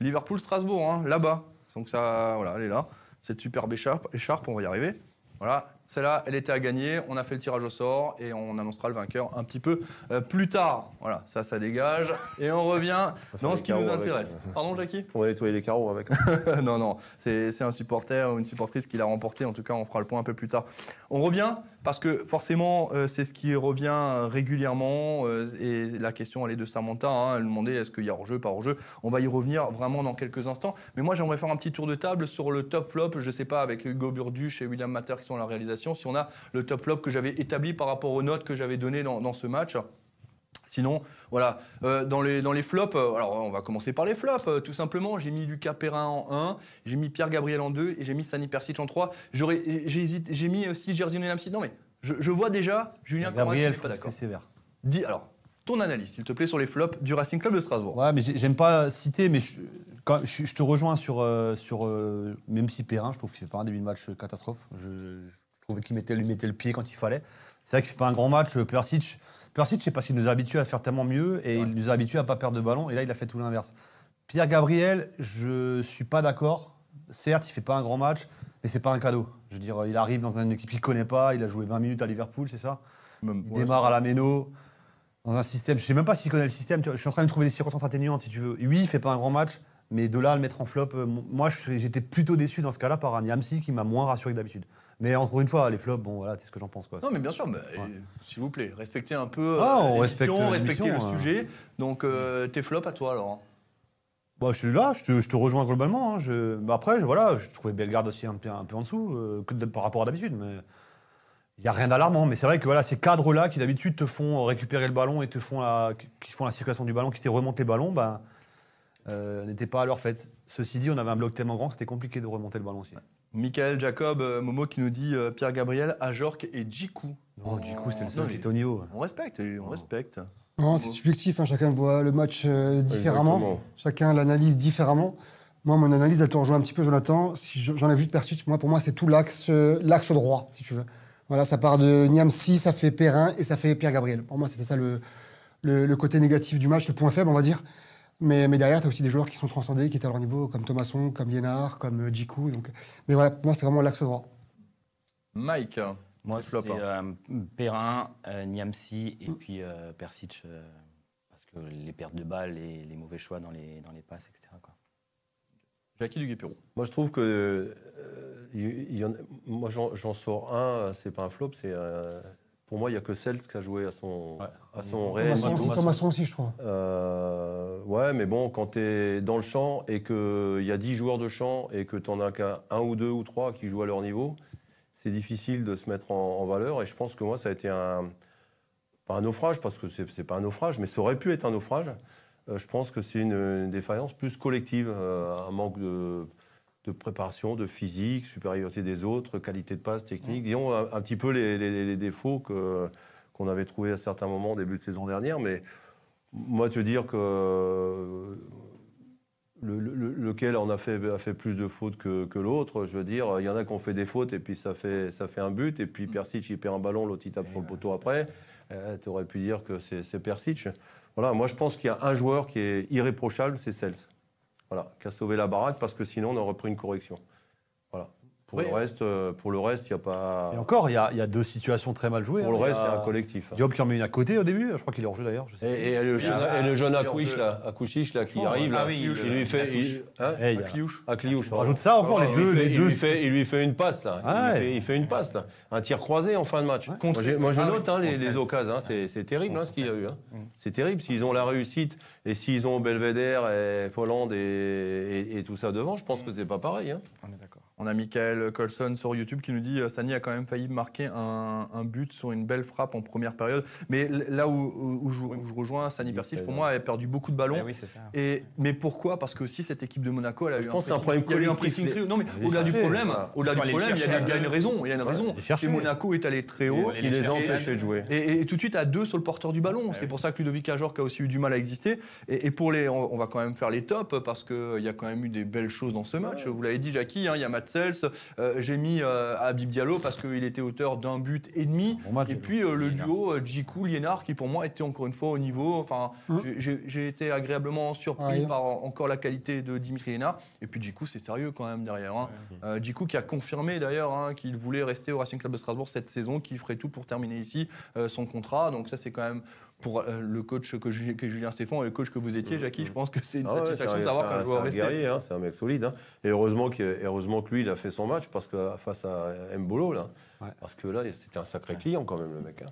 Liverpool-Strasbourg, hein, là-bas. Donc ça, voilà, elle est là. Cette superbe écharpe, écharpe, on va y arriver. Voilà, celle-là, elle était à gagner, on a fait le tirage au sort et on annoncera le vainqueur un petit peu euh, plus tard. Voilà, ça, ça dégage. Et on revient dans
les
ce qui nous
carreaux avec,
intéresse. Pardon, Jackie
On va nettoyer les carreaux avec. hein.
non, non, c'est c'est un supporter ou une supportrice qui l'a remporté. En tout cas, on fera le point un peu plus tard. On revient parce que forcément, euh, c'est ce qui revient euh, régulièrement. euh, et la question, elle est de Samantha. hein. elle demandait est-ce qu'il y a hors-jeu, pas hors-jeu. On va y revenir vraiment dans quelques instants. Mais moi, j'aimerais faire un petit tour de table sur le top flop. Je sais pas, avec Hugo Burduche et William Matter qui sont à la réalisation, si on a le top flop que j'avais établi par rapport aux notes que j'avais données dans, dans ce match. Sinon, voilà, euh, dans, les, dans les flops, euh, alors on va commencer par les flops, euh, tout simplement. J'ai mis Lucas Perrin en 1, j'ai mis Pierre Gabriel en 2 et j'ai mis Sani Persic en 3. J'aurais- J'ai hésité- j'ai mis aussi Jerzy Lamsi. Non mais, je, je vois déjà Julien Cormac qui
Gabriel,
n'est pas d'accord.
c'est sévère.
Dis alors, ton analyse, s'il te plaît, sur les flops du Racing Club de Strasbourg.
Ouais, mais j'ai- j'aime pas citer, mais je- quand même, je, je te rejoins sur, euh, sur euh, même si Perrin, je trouve qu'il fait pas un début de match catastrophe. Je, je trouvais qu'il mettait, lui mettait le pied quand il fallait. C'est vrai que c'est pas un grand match. euh, Persic, Persic c'est parce qu'il nous a habitués à faire tellement mieux et il nous a habitués à pas perdre de ballon. Et là, il a fait tout l'inverse. Pierre Gabriel, je suis pas d'accord. Certes, il fait pas un grand match, mais c'est pas un cadeau. Je veux dire, il arrive dans une équipe qu'il connaît pas. Il a joué 20 minutes à Liverpool, c'est ça.
Même
Il
pour
démarre à la méno, dans un système. Je sais même pas s'il connaît le système. tu vois. Je suis en train de trouver des circonstances atténuantes, si tu veux. Oui, il fait pas un grand match, mais de là à le mettre en flop, euh, mon- moi, je suis- j'étais plutôt déçu dans ce cas-là par un Niamsi qui m'a moins rassuré que d'habitude. Mais encore une fois, les flops, bon, voilà, c'est ce que j'en pense. Quoi.
Non, mais bien sûr, mais, euh, s'il vous plaît, respectez un peu euh,
Ah, on
l'émission,
respecte
respectez le
l'émission, hein.
sujet. Donc, euh, tes flops à toi alors.
Bah, je suis là, je te, je te rejoins globalement. hein. Je- bah, après, je, voilà, je trouvais Bellegarde aussi un, peu- un peu en dessous euh, que de- par rapport à d'habitude. Mais il n'y a rien d'alarmant. Mais c'est vrai que voilà, ces cadres-là qui d'habitude te font récupérer le ballon et te font la, qui font la circulation du ballon, qui te remontent les ballons, bah, euh, n'étaient pas à leur fait. Ceci dit, on avait un bloc tellement grand que c'était compliqué de remonter le ballon aussi.
Michael Jacob, euh, Momo qui nous dit euh, Pierre Gabriel, Ajorc et Djikou.
Non, Oh, du coup, c'était le
Non,
seul
mais
qui était au niveau.
On respecte, et
Oh.
on respecte.
Non, c'est subjectif, hein, chacun voit le match euh, différemment,
Exactement.
chacun l'analyse différemment. Moi, mon analyse, elle te rejoint un petit peu, Jonathan. Si je- j'enlève juste Persic, moi, pour moi, c'est tout l'axe euh, l'axe droit, si tu veux. Voilà, ça part de Niamsi, ça fait Perrin et ça fait Pierre-Gabriel. Pour moi, c'était ça le, le, le côté négatif du match, le point faible, on va dire. Mais, mais derrière, tu as aussi des joueurs qui sont transcendés, qui étaient à leur niveau, comme Thomasson, comme Liénard, comme euh, Djikou. Donc... Mais voilà, pour moi, c'est vraiment l'axe droit.
Mike,
Moi,
flop,
c'est euh, Perrin, euh, Niamsi et puis euh, Persic. euh, parce que les pertes de balles et les mauvais choix dans les, dans les passes, etc. quoi.
Jackie Duguay-Pérou.
Moi, je trouve que. euh, il- il y en a- moi, j'en j'en sors un, c'est pas un flop, c'est. euh, pour moi, il n'y a que Seltz qui a joué à son,
Ouais,
à
c'est
son
bon.
réel
Thomasson aussi,
niveau.
Thomasson aussi, je trouve.
Euh, ouais, mais bon, quand tu es dans le champ et qu'il y a 10 joueurs de champ et que tu n'en as qu'un un ou deux ou trois qui jouent à leur niveau, c'est difficile de se mettre en, en valeur. Et je pense que moi, ça a été un. Pas un naufrage, parce que c'est c'est pas un naufrage, mais ça aurait pu être un naufrage. Euh, je pense que c'est une, une défaillance plus collective, euh, un manque de, de préparation, de physique, supériorité des autres, qualité de passe, technique. Disons un, un petit peu les, les- les défauts que- qu'on avait trouvés à certains moments au début de saison dernière. Mais moi, te dire que euh, le, le- lequel en a fait, a fait plus de fautes que, que l'autre, je veux dire, il y en a qui ont fait des fautes et puis ça fait, ça fait un but, et
Mm.
puis Persic, il perd un ballon, l'autre il tape sur le poteau après. tu aurais pu dire que c'est c'est Persic. Voilà, moi je pense qu'il y a un joueur qui est irréprochable, c'est Cels. Voilà, qui a sauvé la baraque parce que sinon on aurait pris une correction. Voilà. Pour
Oui.
le reste, euh, pour le reste, il n'y a pas.
Et encore, il y, a- il y a deux situations très mal jouées.
Pour le
hein. Il y
reste,
a
c'est un collectif.
Diop qui en met une à côté au début. Je crois qu'il est hors jeu d'ailleurs. je sais
Et, et le jeune,
ah,
et le jeune
alors
Akouish,
je-
là, Akouchiche, là, qui
Ah
arrive, là,
oui,
il
le-
lui fait.
Akouche.
il-
pas.
hein
Eh, il y a-
Akliouche.
Akliouche,
Je
pardon.
rajoute ça encore,
Ah,
les
il
deux.
lui fait-
les
il
deux
lui fait- il lui fait une passe, là. Il
Ouais.
lui fait- Il fait une passe, là. Un tir croisé en fin de match.
Contre-
Moi, j'ai- moi, je
Ah,
note hein, les, les
Contre-
occasions. hein. C'est c'est terrible hein, ce qu'il y a eu. hein.
Mm.
C'est terrible. S'ils ont la réussite et s'ils ont Belvedere et Hollande et, et- et tout ça devant, je pense que c'est pas pareil. hein.
On est d'accord.
On a Michael Colson sur YouTube qui nous dit euh, Sani a quand même failli marquer un, un but sur une belle frappe en première période. Mais l- là où, où- où je, où je rejoins Sani Persic, pour moi, elle a perdu beaucoup de ballons.
Eh oui, c'est ça.
Et, mais pourquoi Parce que aussi cette équipe de Monaco, elle a eu
pense que c'est un
pressing-
problème
il y a eu
collectif.
pressing très haut. Non mais
Il est
au-delà du
cherché,
problème,
voilà.
au-delà
Faut
du
aller
problème, il y, a
chercher.
des- il y a une raison. Il y a une raison.
les chercher.
Et Monaco est allé très haut.
Qui les a
Et-
empêchés de jouer.
Et, et- et tout de suite à deux sur le porteur du ballon. c'est pour ça que Ludovic Ajorc a aussi eu du mal à exister. Et, et pour les, on, on va quand même faire les tops parce qu'il y a quand même eu des belles choses dans ce match. Vous l'avez dit, Jackie, hein, il y a Matsels. J'ai mis euh, Habib Diallo parce qu'il était auteur d'un but et demi.
Ah,
Bon match,
et
Diallo.
puis euh, le
Liénard.
duo Jiku Liénard qui pour moi était encore une fois au niveau. Enfin,
Mm.
j'ai- j'ai- j'ai été agréablement surpris
Ouais.
par en- encore la qualité de Dimitri Liénard. Et puis Jiku, c'est sérieux quand même derrière. hein. Euh, Djikou qui a confirmé d'ailleurs hein, qu'il voulait rester au Racing Club de Strasbourg cette saison, qu'il ferait tout pour terminer ici euh, son contrat. Donc ça c'est quand même pour euh, le coach que, Ju- que Julien Stéphane et le coach que vous étiez, Jackie, je pense que c'est une
Ah ouais,
satisfaction
c'est un-
de savoir
c'est un-
qu'un joueur
C'est un
resté.
guerrier, hein, c'est un mec solide. hein. Et heureusement, qu'il- heureusement que lui, il a fait son match parce que face à Mbolo, là.
Ouais.
Parce que là, c'était un sacré client quand même, le mec. hein.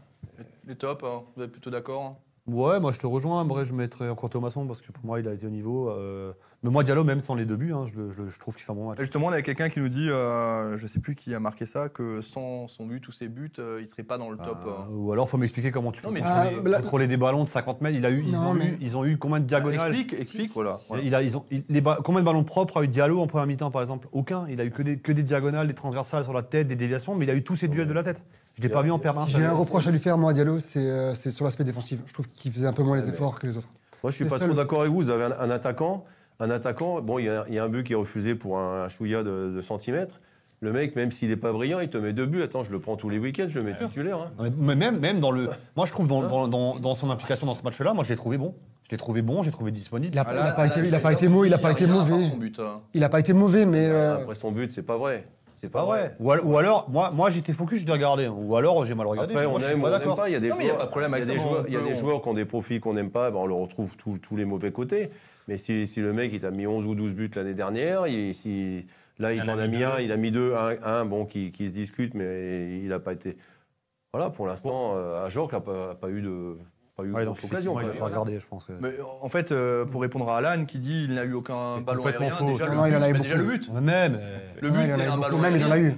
Les tops, hein, vous êtes plutôt d'accord hein
Ouais, moi je te rejoins. En vrai, je mettrais encore Thomasson parce que pour moi, il a été au niveau. euh, Mais moi, Diallo, même sans les deux buts, hein, je, le- je le- je trouve qu'il fait un bon match.
Justement, on a quelqu'un qui nous dit, euh, je sais plus qui a marqué ça, que sans son but ou ses buts, euh, il serait pas dans le top.
Euh,
euh.
ou alors, faut m'expliquer comment tu peux
Non, mais-
contrôler,
Ah, bah là-
contrôler des ballons de 50 mètres. Il a eu, ils,
Non,
ont
mais-
eu, ils ont eu combien de diagonales
Ah, explique, explique, voilà.
C'est- Il a, ils ont, il- les ba- combien de ballons propres a eu Diallo en première mi-temps, par exemple Aucun. Il a eu que des, que des diagonales, des transversales sur la tête, des déviations, mais il a eu tous ses duels de la tête. Je l'ai pas vu en perdre un.
Si
seul.
j'ai un reproche à lui faire, moi, à Diallo, c'est euh, c'est sur l'aspect défensif. Je trouve qu'il faisait un peu moins les efforts que les autres.
Moi, je suis
Les
pas
seuls-
trop d'accord avec vous. Vous avez un, un attaquant un attaquant, bon, il y, a- il y a un but qui est refusé pour un, un chouïa de, de centimètres. Le mec, même s'il n'est pas brillant, il te met deux buts. Attends, je le prends tous les week-ends, je le mets titulaire. hein.
Non, mais même, même dans le. Moi, je trouve dans, dans, dans, dans son implication dans ce match-là, moi, je l'ai trouvé bon. Je l'ai trouvé bon, je l'ai trouvé disponible.
Il a-
Ah,
il
là,
a pas
là,
été-
là,
il a
je
pas
vais
été
dire,
mauvais, il a
y
pas été
rien à part
mauvais.
Son but. hein.
Il n'a pas été mauvais, mais. euh,
Après son but, c'est pas vrai. C'est pas
Pas
vrai.
vrai. Ou, al- ou alors, moi, moi j'étais focus, je l'ai regardé. Ou alors, j'ai mal regardé.
Après,
moi,
on
je
aime ou
pas
on n'aime
d'accord.
pas. Il y a des
Non, mais il y a
joueurs,
pas de problème avec
il y a des
ça,
joueurs- il y a
on
des
peut-
joueurs qui ont des profils qu'on n'aime pas, ben, on le retrouve tous tous les mauvais côtés. Mais si, si le mec, il t'a mis 11 ou 12 buts l'année dernière, il- si, là, il
Il en
t'en
a
a
mis
mis
deux.
un, il a mis deux, un, un, bon, qui, qui se discute, mais il n'a pas été. Voilà, pour l'instant, euh, un joueur qui n'a pas, pas eu de. Pas eu
Ouais, donc,
grosse occasion.
effectivement, il
quoi.
a pas regardé, je pense.
Mais en fait, euh, pour répondre à Alan qui dit il n'a eu aucun
C'est
ballon
complètement
aérien,
faux,
déjà,
ça.
le
Non, il en
but,
a eu
bah, déjà le
beaucoup.
but.
Même,
Euh,
Le but,
ouais, il en a
c'est
eu
un
beaucoup.
ballon
Même, il en a
aérien.
eu.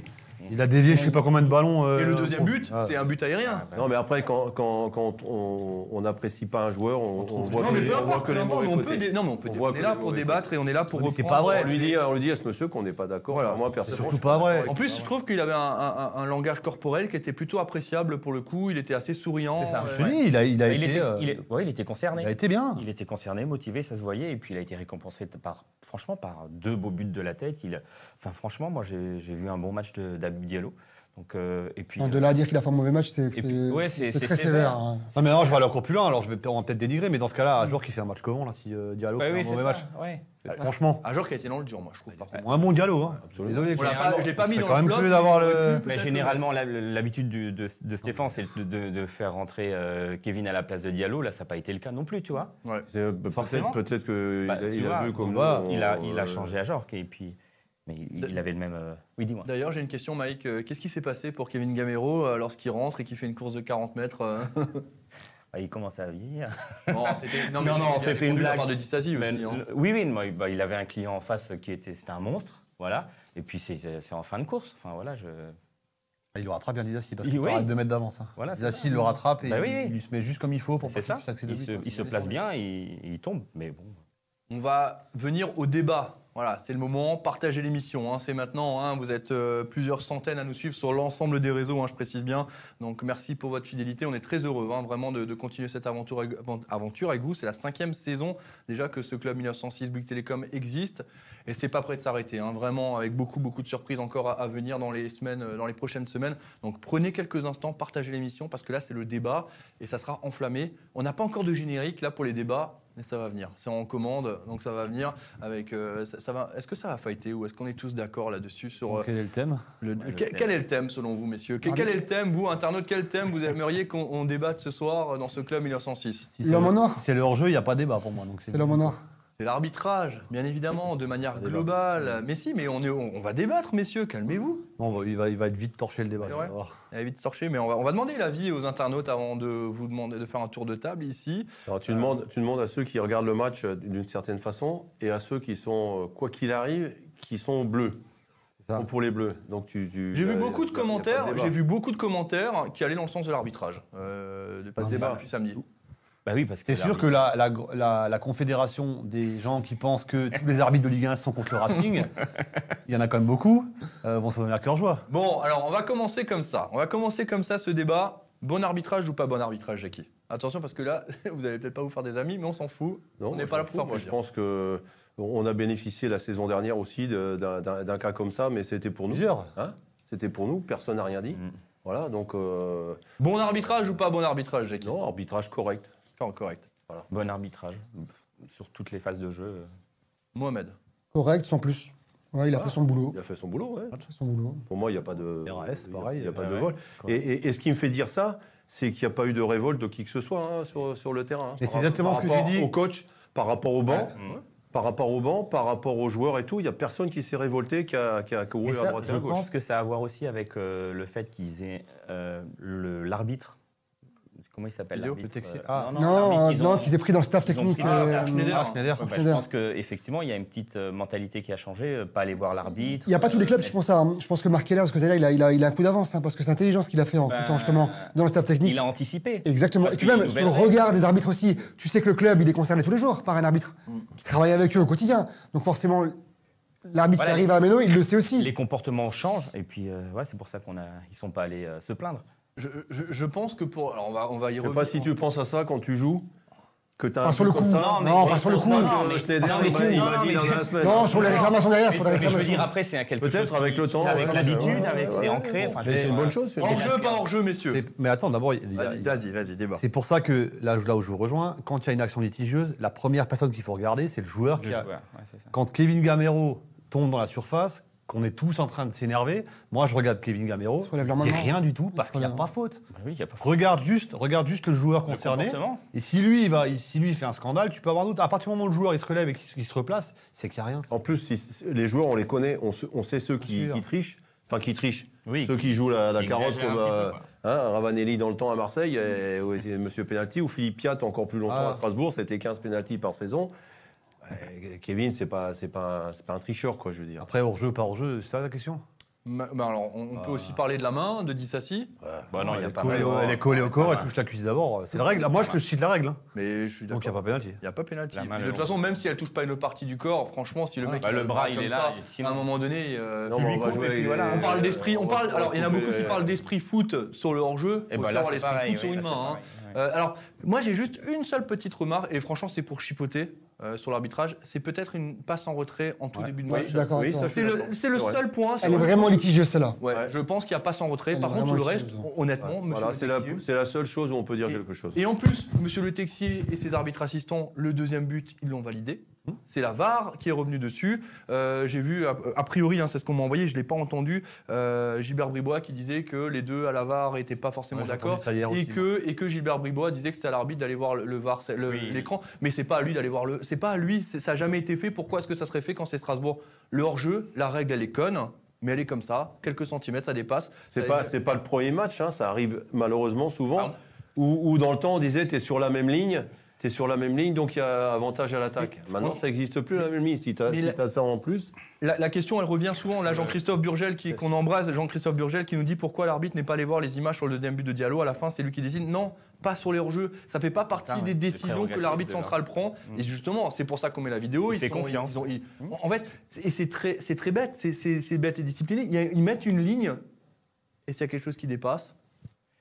il a dévié, je sais pas combien de ballons.
Et
euh,
le deuxième but,
ah.
c'est un but aérien.
bah
Non, mais après, quand, quand, quand on on n'apprécie pas un joueur, on, on voit
Non,
que
mais
les-
peu
on voit
importe,
que
peu
les
importe,
mauvais
on peut
côtés.
dé- non, mais on peut
On
dé-
voit
on
que
est
les
là pour
mauvais
débattre et on est là pour
Mais c'est
reprendre.
pas vrai.
On lui dit, on lui dit à ce monsieur qu'on n'est pas d'accord.
Voilà,
Enfin, moi,
C'est
personnellement,
surtout
je suis
pas vrai.
d'accord
En plus, je trouve qu'il avait un, un- un- un langage corporel qui était plutôt appréciable pour le coup. Il était assez souriant.
C'est ça.
Ouais.
Je te dis, il a, il a
il,
été,
était,
euh,
il, est- ouais, il était concerné.
il a été bien.
Il était concerné, motivé, ça se voyait, et puis il a été récompensé par, franchement, par deux beaux buts de la tête. Il, enfin, franchement, moi, j'ai j'ai vu un bon match de- d'Abib Diallo. Donc, euh, et puis,
Enfin, de là à dire qu'il a fait un mauvais match, c'est
Et puis, ouais,
c'est-
c'est-
c'est
c'est
très
sévère.
sévère. hein.
Non, mais non, je vais aller encore plus loin, alors je vais peut-être on va peut-être dénigrer, mais dans ce cas-là, un joueur qui fait un match comment, là, si euh, Diallo
Ouais,
fait
oui,
un
c'est
mauvais
ça,
match
ouais, c'est ça.
Franchement,
Un joueur qui a été dans le dur, moi, je trouve. Par contre.
un bon Diallo. Hein.
Absolument.
Désolé,
On l'a
quoi.
pas- je l'ai pas
Ce
mis
serait
dans
quand
le
même
flop,
curieux d'avoir
j'aurais
le-
pu peut-être
Mais généralement, la- l'habitude du- de, de Stéphane, c'est de, de- de faire rentrer euh, Kevin à la place de Diallo. Là, ça n'a pas été le cas non plus, tu vois.
Ouais.
C'est, euh,
Forcément.
Peut-être peut-être que
Bah,
il a,
tu
il a
vois,
vu comme
voilà,
nous, euh,
Il a,
on-
il a changé à Jorque, et puis, mais il,
De-
il avait le même. euh, Oui, dis-moi.
D'ailleurs, j'ai une question, Mike. Euh, Qu'est-ce qui s'est passé pour Kevin Gamero euh, lorsqu'il rentre et qu'il fait une course de 40 mètres euh
Ah, il commence à vieillir.
Bon, c'était- Non,
Non, non,
c'était
c'était une
défendu de la
blague.
part de Di Stasi
Mais
aussi. hein.
le- Oui, oui, moi, bah, il avait un client en face qui était, c'était un monstre, voilà. Et puis c'est c'est en fin de course, enfin voilà, je.
Il le rattrape bien Dizassi, parce
Il-
qu'il
oui.
parle de 2 mètres d'avance. hein.
Voilà, c'est
Dizassi,
ça.
il le rattrape et
Bah oui,
il-
oui.
il se met juste comme il faut pour
C'est
pas
ça.
qu'il puisse accéder
Il
au
se,
but, quoi.
il se place bien, il, il tombe, mais bon.
On va venir au débat. Voilà, c'est le moment. Partagez l'émission. hein, c'est maintenant. hein, vous êtes euh, plusieurs centaines à nous suivre sur l'ensemble des réseaux, hein, je précise bien. Donc merci pour votre fidélité. On est très heureux hein, vraiment de, de continuer cette aventure, avec- avant- aventure avec vous. C'est la cinquième saison déjà que ce club 1906 Bouygues Télécom existe. Et c'est pas prêt de s'arrêter. hein, vraiment, avec beaucoup, beaucoup de surprises encore à, à venir dans les, semaines, euh, dans les prochaines semaines. Donc prenez quelques instants, partagez l'émission parce que là, c'est le débat et ça sera enflammé. On n'a pas encore de générique là pour les débats, mais ça va venir. C'est en commande, donc ça va venir. Avec, euh, ça, ça va. Est-ce que ça va fighter ou est-ce qu'on est tous d'accord là-dessus sur euh,
Donc, Quel est le thème
le,
Ouais,
quel,
le-
quel est le thème selon vous, messieurs
Ah,
Quel, quel est le thème, vous, internaute, quel thème vous aimeriez qu'on on débatte ce soir euh, dans ce club 1906
Si
L'homme
c'est le-
en noir.
si C'est le hors-jeu, il n'y a pas débat pour moi. donc
C'est l'homme en noir.
C'est l'arbitrage, bien évidemment, de manière
débat.
globale.
Mmh.
Mais si, mais on, est, on, on va débattre, messieurs. Calmez-vous.
Non, on va- il va, il va être vite torché le débat.
C'est
tu vas
vrai.
voir.
Elle vite sorcher, mais on va, on va demander l'avis aux internautes avant de vous demander de faire un tour de table ici.
Alors, tu, demandes, tu demandes à ceux qui regardent le match euh, d'une certaine façon et à ceux qui sont, euh, quoi qu'il arrive, qui sont bleus.
C'est ça.
Sont pour les bleus. Donc tu. tu-
J'ai
y a-
vu
y a-
beaucoup de
y a- y a pas
commentaires.
débat.
J'ai vu beaucoup de commentaires qui allaient dans le sens de l'arbitrage. Euh, de pas de
Ah,
débat
ouais.
depuis samedi.
Bah oui, parce que.
C'est sûr que la, la gr- la- la confédération des gens qui pensent que tous les arbitres de Ligue 1 sont contre le Racing, il y en a quand même beaucoup, euh, vont se donner à cœur joie.
Bon, alors on va commencer comme ça. On va commencer comme ça ce débat. Bon arbitrage ou pas bon arbitrage, Jackie Attention parce que là, vous allez peut-être pas vous faire des amis, mais on s'en fout. on
Non, moi,
n'est
je
pas là
m'en
pour
fous.
faire
Moi, je
plaisir.
pense que on a bénéficié la saison dernière aussi de- d'un- d'un d'un cas comme ça, mais c'était pour nous.
Plusieurs.
Hein c'était pour nous. Personne n'a rien dit.
Mm.
Voilà. Donc euh,
Bon arbitrage ou pas bon arbitrage, Jackie
non, arbitrage correct.
Encore correct.
Bon arbitrage mmh, sur toutes les phases de jeu.
Mohamed.
Correct, sans plus. Ouais, il a
Ah.
fait son boulot.
Il a fait son boulot. hein. ouais.
Il a fait son boulot.
Pour moi, il n'y a pas de.
RAS,
il y a-
pareil,
Il n'y a pas
euh,
de
ouais.
vol. Et,
Correct.
et- et ce qui me fait dire ça, c'est qu'il n'y a pas eu de révolte de qui que ce soit hein, sur, sur le terrain. hein.
Et c'est
Par-
exactement
par
ce que j'ai
rapport
dit.
Au coach, par rapport au banc.
Ouais. Ouais.
Par rapport au banc, par rapport aux joueurs et tout, il n'y a personne qui s'est révolté, qui a, qui a couru
Et
à
ça,
droite et
je
à gauche.
pense que ça a à voir aussi avec euh, le fait qu'ils aient euh, le- l'arbitre. Comment il s'appelle
Vidéo,
l'arbitre
le taxi-
euh,
ah.
Non,
l'arbitre
euh,
qu'ils
non,
ont-
qu'ils aient pris dans le staff
ils ont
technique.
pris- Ah,
euh,
Arnaud Schneider.
Ah, Schneider.
Ouais, bah, je
Schneider.
pense qu'effectivement, il y a une petite euh, mentalité qui a changé. euh, Pas aller voir l'arbitre. euh,
Il n'y a pas tous les clubs qui font ça. hein. Je pense que Marquella, parce que là, il a, il a, il a un coup d'avance, hein, parce que c'est intelligent ce qu'il a fait en
Bah,
recrutant justement dans le staff technique.
Il a anticipé.
Exactement.
Parce
Et puis
qu'il y a
même
une
sur le
nouvelle règle.
regard des arbitres aussi. Tu sais que le club, il est concerné tous les jours par un arbitre qui travaille avec eux au quotidien. Donc forcément, l'arbitre qui
Voilà,
arrive à la méno, il le sait aussi.
Les comportements changent et puis euh, ouais, c'est pour ça qu'on a, ils sont pas allés euh, se plaindre.
Je, je- je pense que pour. Alors on va, on va y
Je ne sais
revenir.
pas si tu penses à ça quand tu joues. que tu as
Pas sur le coup.
Non, mais-
Non, pas sur le
Non,
coup.
non, mais-
Schneider,
Non, mais-
il m'a il m'a
non,
dit
mais-
dans la semaine.
Non, sur les réclamations derrière, sur les
Mais je veux dire,
réclamations.
après, c'est un quelque
Peut-être
chose
avec
qui-
le temps,
Avec
ouais,
l'habitude,
ouais,
avec
ouais,
c'est
ouais,
ancré.
bon.
enfin, je
Mais
veux
c'est
dire,
une
euh,
bonne chose. c'est-
Hors
Hors-jeu, pas hors-jeu, messieurs.
C'est- Mais attends, d'abord, il y a-
Vas-y, vas-y, vas-y, débat.
c'est pour ça que là, là où je vous rejoins, quand il y a une action litigieuse, la première personne qu'il faut regarder, c'est le joueur
le
qui a.
joueur, euh, ouais, c'est ça.
Quand Kevin Gamero tombe dans la surface, qu'on est tous en train de s'énerver, moi je regarde Kevin Gamero,
se relève la
il dit
main.
rien du tout parce
se
qu'il n'y a
relève.
pas faute.
Bah oui, il n'y a pas
Regarde juste, regarde juste le joueur
le
concerné.
comportement.
Et si lui, il va, si lui il fait un scandale, tu peux avoir un doute. À partir du moment où le joueur il se relève et qu'il se- qu'il se replace, c'est qu'il n'y a rien.
En plus, si- si- les joueurs, on les connaît, on, se- on sait ceux qui,
sûr.
qui trichent, enfin qui trichent,
Oui. bah
ceux qui jouent la, la
Ils
carotte
exagèrent
comme
un petit
euh,
peu, quoi.
hein, Ravanelli dans le temps à Marseille, et, ou- et Monsieur Penalty, ou Philippe Piat encore plus longtemps
Ah.
à Strasbourg, c'était 15 penalty par saison. Euh, Kevin, c'est pas, c'est pas, un- c'est pas un tricheur, quoi, je veux dire.
Après, hors-jeu, pas hors-jeu, c'est ça la question
Ma- bah alors, on, on peut
Ah.
aussi parler de la main de Dissassi,
Bah non, il y
elle,
a
est
pas
collée
mal,
au-
ouais.
elle est collée au corps,
Ouais.
elle touche la cuisse d'abord. euh, C'est la règle. Moi, je te cite la règle. hein.
mais je suis
Donc, il n'y a
d'accord.
pas pénalty.
Il n'y a pas pénalty.
La main,
Puis
elle
De
est
toute façon, même si elle touche pas une autre partie du corps, franchement, si le mec
Bah, le bras, il
comme
est là,
ça,
et sinon-
à un moment donné, euh,
Non,
tu
mais
lui
on va
coupes,
jouer
et puis
les-
voilà. On parle
les-
d'esprit,
on
on
va-
parle.
on va
Alors, il y en a
couper
beaucoup qui
les-
parlent d'esprit foot sur le hors-jeu.
Et
Faut
bah là,
savoir
c'est
l'esprit
pareil.
foot sur
oui,
une
là, c'est
main. hein.
pareil, ouais.
Euh, alors, moi, j'ai juste une seule petite remarque, et franchement, c'est pour chipoter euh, sur l'arbitrage. C'est peut-être une passe en retrait en tout
Ouais.
début de
Ouais,
match.
je suis d'accord
Oui,
avec toi.
ça, je
C'est
suis
le,
d'accord.
c'est le
Ouais.
seul point.
Elle est vraiment litigieuse, celle-là.
Ouais,
Ouais.
je pense qu'il y a passe en retrait.
Elle
Par
est
contre, sur le
vraiment
reste,
chiante.
hon- honnêtement, monsieur
Voilà,
le
c'est la,
Texier-
c'est la seule chose où on peut dire quelque chose.
et en plus, monsieur Le Texier et ses arbitres assistants, le deuxième but, ils l'ont validé.
Hmm.
C'est la VAR qui est revenue dessus. Euh, J'ai vu, a, a priori, hein, c'est ce qu'on m'a envoyé, je ne l'ai pas entendu, euh, Gilbert Bribois qui disait que les deux à la VAR n'étaient pas forcément
Ouais, j'ai
d'accord.
entendu ça hier
Et
aussi,
que, et que Gilbert Bribois disait que c'était à l'arbitre d'aller voir le, le VAR, c'est- le-
Oui.
l'écran. Mais c'est pas à lui d'aller voir le. C'est pas à lui, c'est- ça n'a jamais été fait. Pourquoi est-ce que ça serait fait quand c'est Strasbourg Le hors-jeu, la règle, elle est conne, mais elle est comme ça. Quelques centimètres, ça dépasse.
C'est
Ça-
pas, c'est pas le premier match, hein, ça arrive malheureusement souvent,
Pardon.
où, où dans le temps on disait t'es sur la même ligne, t'es sur la même ligne, donc il y a avantage à l'attaque.
Mais-
Maintenant
mais-
ça n'existe plus la même ligne, si t'as
mais
si
la-
t'as ça en plus.
La, la question, elle revient souvent. Là, Jean-Christophe Burgel, qui- qu'on embrasse, Jean-Christophe Burgel, qui nous dit pourquoi l'arbitre n'est pas allé voir les images sur le deuxième but de Diallo. À la fin, c'est lui qui décide. Non, pas sur les hors-jeux. Ça fait pas partie
ouais.
des
Les
décisions que
prérogatives
l'arbitre
de
central prend. Et justement, c'est pour ça qu'on met la vidéo.
Mm. Il fait
sont-
confiance. Mm.
ils ont- ils- en fait, c'est- et c'est très, c'est très bête. C'est- C'est c'est bête et discipliné. Il y a- Ils, mettent une ligne. Et s'il y a quelque chose qui dépasse,